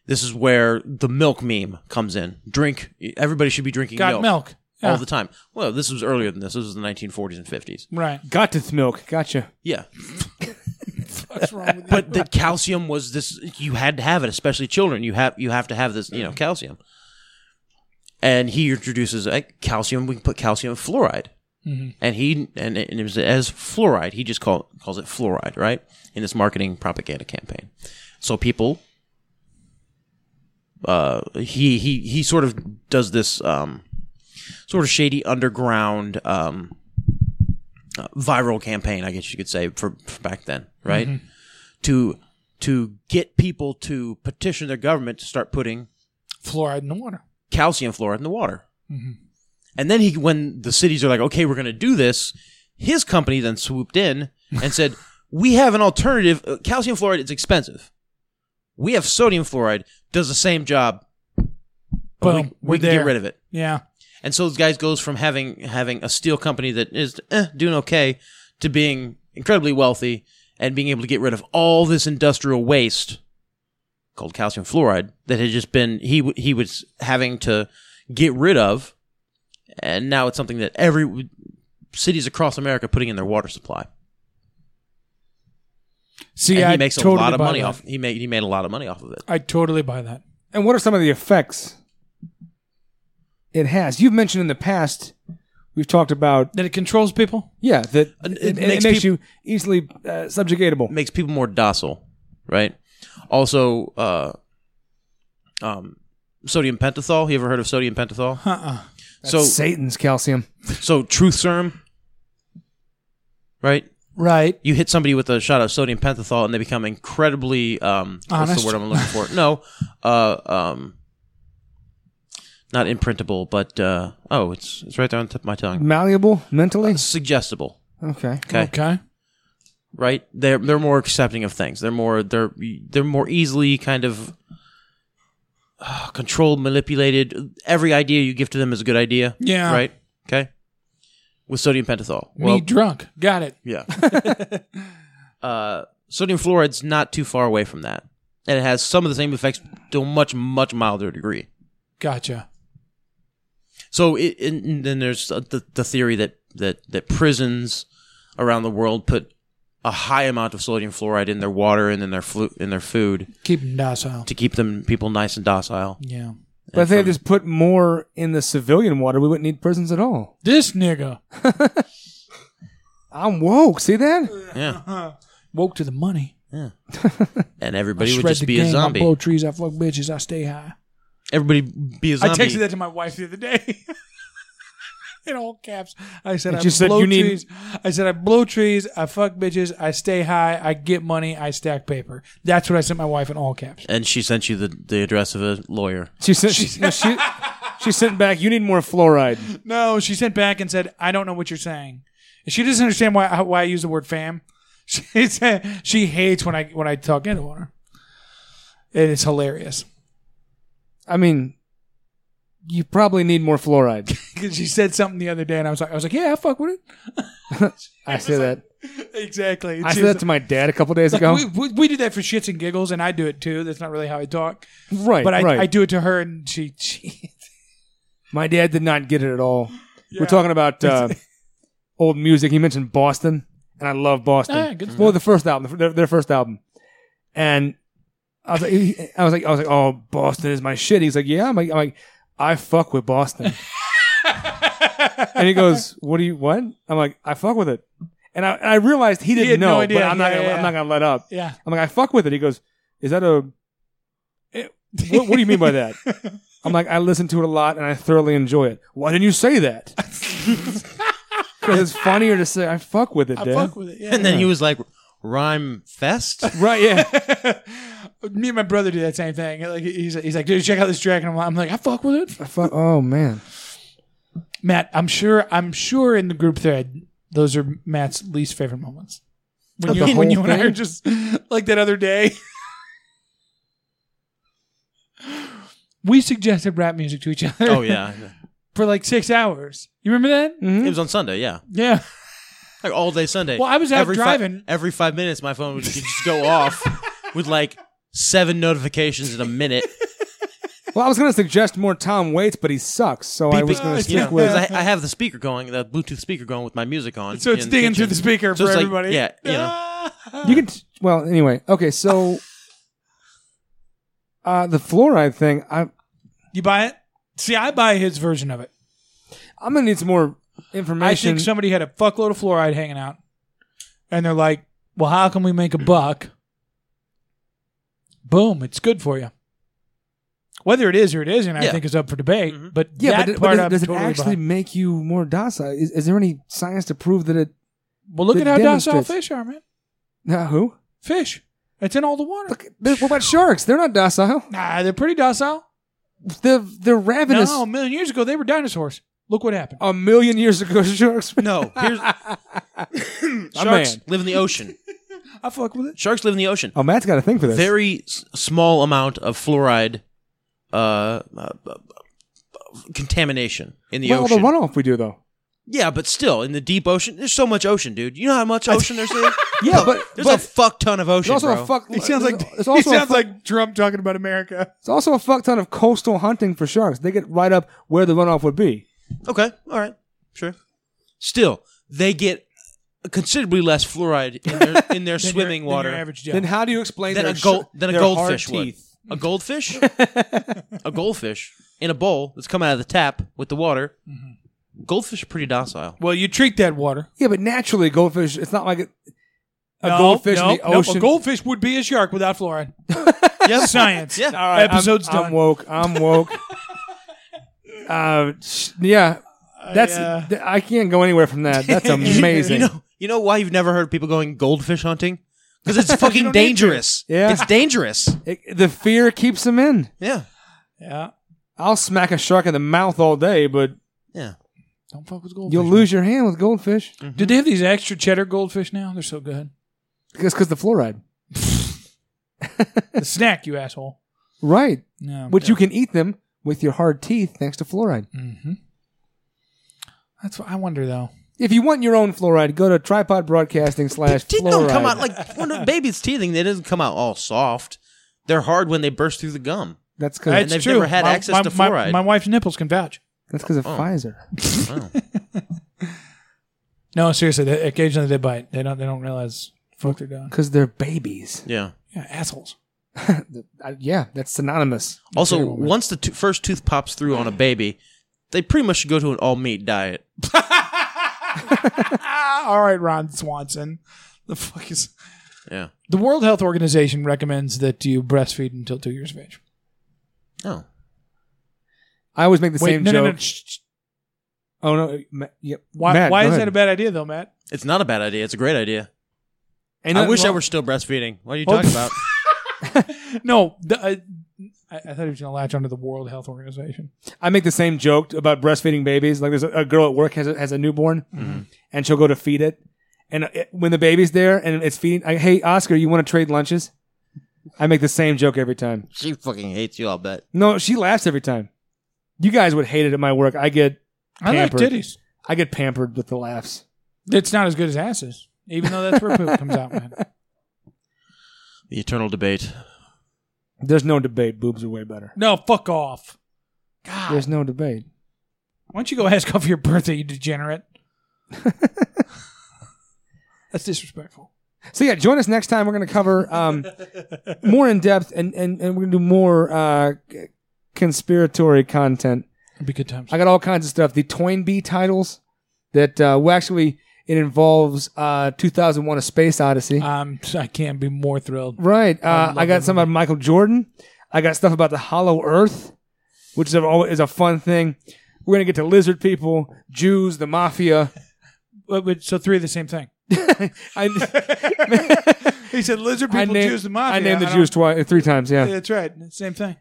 This is where the milk meme comes in. Drink. Everybody should be drinking Got milk. Yeah. all the time. Well, this was earlier than this. This was the 1940s and 50s. Right. Got this milk. Gotcha. Yeah, What's wrong with but the calcium was this you had to have it especially children you have you have to have this you know calcium and he introduces a calcium we can put calcium fluoride and he and it, and it was as fluoride he just call, calls it fluoride right in this marketing propaganda campaign so people uh he he he sort of does this um sort of shady underground um uh, viral campaign i guess you could say for, for back then right to to get people to petition their government to start putting fluoride in the water? calcium fluoride in the water. Mm-hmm. And then he, when the cities are like, okay, we're going to do this, his company then swooped in and said, we have an alternative. Uh, Calcium fluoride is expensive. We have sodium fluoride, does the same job. but Boom. we, we we're can there. get rid of it. Yeah. And so this guy goes from having having a steel company that is eh, doing okay to being incredibly wealthy and being able to get rid of all this industrial waste called calcium fluoride that had just been he w- he was having to get rid of, and now it's something that every cities across America are putting in their water supply. See, and I he makes totally a lot of buy money that. off. He made he made a lot of money off of it. I totally buy that. And what are some of the effects it has? You've mentioned in the past, we've talked about, That it controls people. yeah, that Uh, it, it it makes makes, peop- you easily uh, subjugatable. makes people more docile, right? Also, uh, um, sodium pentothal. You ever heard of sodium pentothal? Uh-uh. so, Satan's calcium. so truth serum, right? Right. You hit somebody with a shot of sodium pentothal, and they become incredibly um, what's Honest. the word I'm looking for? No, uh, um, not imprintable, but uh, oh, it's it's right there on the tip of my Mm. tongue. Malleable mentally? Suggestible, Okay. okay? Okay. right? They're they're more accepting of things. They're more they're they're more easily kind of uh, controlled, manipulated. Every idea you give to them is a good idea. Yeah. Right. Okay. With sodium pentothal. Me drunk. Got it. yeah. uh, sodium fluoride's not too far away from that, and it has some of the same effects to a much much milder degree. Gotcha. So it, and and then there's uh, the, the theory that, that, that prisons around the world put a high amount of sodium fluoride in their water and in their flu- in their food Keep them docile. to keep them people nice and docile. Yeah. But if they had just put more in the civilian water, we wouldn't need prisons at all. This nigga I'm woke. See that? Yeah, woke to the money. and I everybody shred would just the be game. a I blow zombie. trees. I fuck bitches. I stay high. Everybody be a I zombie. texted that to my wife the other day. In all caps, I said And I she said, blow "You need- trees. I said I blow trees. I fuck bitches. I stay high. I get money. I stack paper. That's what I sent my wife in all caps. and she sent you the, the address of a lawyer. She sent, she, no, she, she sent back, you need more fluoride. No, she sent back and said, "I don't know what you're saying." And she doesn't understand why how- why I use the word fam. She said she hates when I when I talk into her. It is hilarious I mean, you probably need more fluoride. because she said something the other day, and I was like, I was like, "Yeah, I fuck with I said that. it." Exactly. I She said was that to my dad a couple days like, ago. we, we, we do that for shits and giggles, and I do it too. That's not really how I talk, right, but I, right. I do it to her, and she, she my dad did not get it at all. We're talking about uh, old music. He mentioned Boston, and I love Boston. Ah, good stuff. well, the first album, their, their first album, and I was like, I was like, I was like, oh, Boston is my shit. He's like, yeah. I'm like, I'm like, I fuck with Boston. and he goes, "What do you what?" I'm like, "I fuck with it." And I, I realized he didn't had no know, idea. but I'm not Yeah, gonna, yeah, I'm not yeah. gonna let up. Yeah. I'm like, "I fuck with it." He goes, "Is that a what, what do you mean by that?" I'm like, "I listen to it a lot and I thoroughly enjoy it." Why didn't you say that? Because it's funnier to say I fuck with it, I Dad. fuck with it. Yeah. And then he was like, "Rhyme fest." right? Yeah. me and my brother do that same thing. Like he's, he's like, dude, check out this track, and I'm like, I'm like, I fuck with it. I fuck. Oh man. Matt, I'm sure, I'm sure in the group thread, those are Matt's least favorite moments. When Of you, the when you whole and I thing? are just like that other day. we suggested rap music to each other. Oh yeah, Mm-hmm. for like six hours. You remember that? it was on Sunday. Yeah, Yeah. like all day Sunday. Mm-hmm. Well, I was out fi- driving. every five minutes, my phone would just go off with like seven notifications in a minute. Well, I was gonna suggest more Tom Waits, but he sucks. So I was gonna Oh, stick you know, with. because I, I have the speaker going, the Bluetooth speaker going with my music on. So it's in digging through kitchen. the speaker So for it's like, everybody. Ah. yeah, you know. You can. T- well, anyway. Okay, so uh, the fluoride thing. I You buy it? See, I buy his version of it. I'm gonna need some more information. I think somebody had a fuckload of fluoride hanging out, and they're like, "Well, how can we make a buck?" Boom! It's good for you. Whether it is or it isn't, I Yeah. think is up for debate. Mm-hmm. But Yeah, that but, it- but part does- I'm does it totally actually behind. make you more docile? Is, is there any science to prove that it? Well, look it at how docile demonstrates- fish are, man. Nah, who? Fish. It's in all the water. Look, but what about sharks? They're not docile. Nah, they're pretty docile. They're they're ravenous. No, a million years ago they were dinosaurs. Look what happened. A million years ago, sharks. No, here's My sharks man. live in the ocean. I fuck with it. Sharks live in the ocean. Oh, Matt's got a thing for this. Very s- small amount of fluoride uh, uh, uh, contamination in the well, ocean. the runoff we do though. yeah, but still, in the deep ocean, there's so much ocean, dude. You know how much ocean there's there? Yeah, but There's but a fuck ton of there's ocean, also bro. a fuck. It sounds like there's also he a sounds like Trump talking about America. It's also a fuck ton of coastal hunting for sharks. They get right up where the runoff would be. Okay, all right, sure. Still, they get considerably less fluoride in their, in their Than your- swimming than your water average Joe. Then how do you explain than their a gold sh- than a their goldfish hard would. teeth? A goldfish, a goldfish in a bowl that's coming out of the tap with the water. Goldfish are pretty docile. well, you treat that water. Yeah, but naturally, goldfish. It's not like a, a No, goldfish no, in the no, ocean. a goldfish would be a shark without fluoride. Yes, Science. Yeah. All right, I'm- Episode's I'm, done. woke. I'm woke. uh, sh- yeah, that's. uh, th- I can't go anywhere from that. That's amazing. You know, you know why you've never heard people going goldfish hunting? Because it's fucking don't need to. dangerous. Yeah. it's dangerous. It- the fear keeps them in. Yeah, Yeah. I'll smack a shark in the mouth all day, but yeah. Don't fuck with goldfish. you'll lose your hand with goldfish. Did they have these extra cheddar goldfish now? They're so good. It's because the fluoride, The snack, you asshole. right? No. Which you can eat them with your hard teeth, thanks to fluoride. That's what I wonder though. If you want your own fluoride, go to tripod broadcasting slash Teeth don't fluoride. come out like when a baby's teething. They doesn't come out all soft. They're hard when they burst through the gum. That's That's because they've true. never had my, access my- to my- fluoride. My, wife's nipples can vouch. that's because of Oh. Pfizer. Wow. No, seriously. They, occasionally they bite. They don't. They don't realize fuck they're doing. Because they're babies. yeah. Yeah, assholes. Uh, yeah, that's synonymous. Also, Terrible, man. once the to- first tooth pops through on a baby, they pretty much should go to an all meat diet. All right, Ron Swanson. The fuck is Yeah. the World Health Organization recommends that you breastfeed until two years of age. Oh. I always make the same no, joke. no, no. shh, shh. Oh no, uh, Ma- yep. Why, Matt, why go is ahead. that a bad idea, though, Matt? It's not a bad idea. It's a great idea. Ain't I nothing wish I wrong- were still breastfeeding. What are you Oh, talking about? No, the, I, I, I thought he was going to latch onto the World Health Organization. I make the same joke about breastfeeding babies. Like there's a, a girl at work has a, has a newborn, and she'll go to feed it, and uh, it, when the baby's there and it's feeding, I, hey Oscar, you want to trade lunches? I make the same joke every time. she fucking hates you, I'll bet. No, she laughs every time. You guys would hate it at my work. I get Pampered. I like titties. I get pampered with the laughs. It's not as good as asses, even though that's where poop comes out, man. The eternal debate. There's no debate. Boobs are way better. No, fuck off. There's no debate. Why don't you go ask off your birthday, you degenerate? that's disrespectful. So yeah, join us next time. We're going to cover um, more in depth, and, and, and we're going to do more uh, c- conspiratory content. It'd be good times. I got all kinds of stuff. The Toynbee titles that uh, well, actually it involves uh, 2001: A Space Odyssey. Um, I can't be more thrilled. right. Uh, love I got that some about Michael Jordan. I got stuff about the Hollow Earth, which is a, al- is a fun thing. We're gonna get to lizard people, Jews, the mafia. But- but- So three of the same thing. I, He said lizard I people, named- Jews, the mafia. I named the don't- Jews twice, three times. Yeah. That's right. Same thing.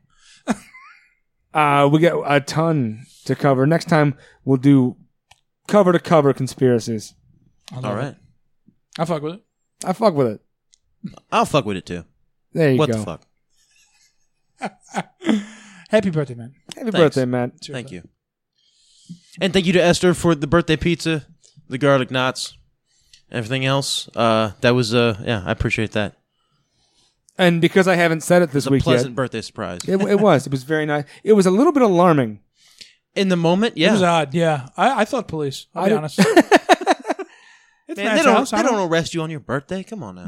Uh, we got a ton to cover. Next time we'll do cover to cover conspiracies. All right. I fuck with it. I fuck with it. I'll fuck with it too. There you What go. the fuck? Happy birthday, man. Happy Thanks. birthday, Matt. Thank you. And thank you to Esther for the birthday pizza, the garlic knots, everything else. Uh, that was uh, yeah, I appreciate that. And because I haven't said it this It's a week pleasant birthday surprise. yet, it, it was. It was very nice. It was a little bit alarming. In the moment, It was yeah. odd. Yeah, I, I thought police. I'll be I- honest. it's Man, they Matt's don't house, I they don't arrest you on your birthday. Come on now.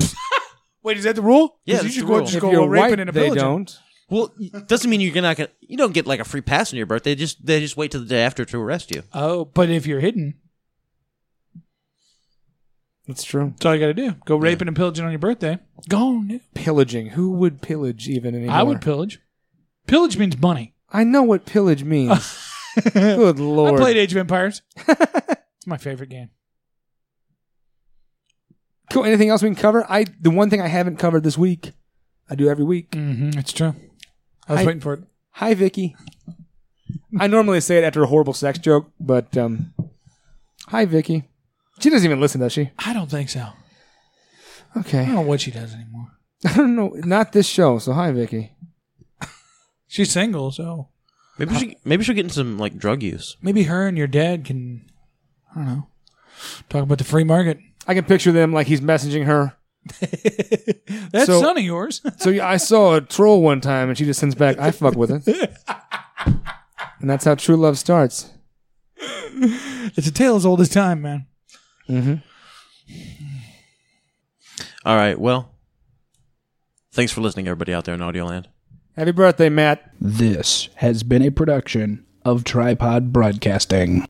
Wait, is that the rule? 'Cause Yeah, you that's should the go rule. just If go you're raping white, and a they pillaging. don't. well, doesn't mean you're gonna not you don't get like a free pass on your birthday. Just they just wait till the day after to arrest you. Oh, but if you're hidden, It's true. that's all you got to do. Go raping and pillaging on your birthday. Gone. Pillaging. Who would pillage even anymore? I would pillage. Pillage means money. I know what pillage means. Good lord. I played Age of Empires. it's my favorite game. Cool. Anything else we can cover? I the one thing I haven't covered this week. I do every week. Mm-hmm, it's true. I was I- waiting for it. Hi, Vicky. I normally say it after a horrible sex joke, but um, hi, Vicky. She doesn't even listen, does she? I don't think so. I Okay. don't know what she does anymore. I don't know. Not this show. So hi, Vicky. She's single, so Maybe she maybe she'll get in some like drug use. maybe her and your dad can, I don't know, talk about the free market. I can picture them like he's messaging her. That's So- son of yours. So yeah, I saw a troll one time, and she just sends back, "I fuck with it," and that's how true love starts. it's a tale as old as time, man. All right. Well, thanks for listening, everybody out there in Audioland. Happy birthday, Matt. This has been a production of Tripod Broadcasting.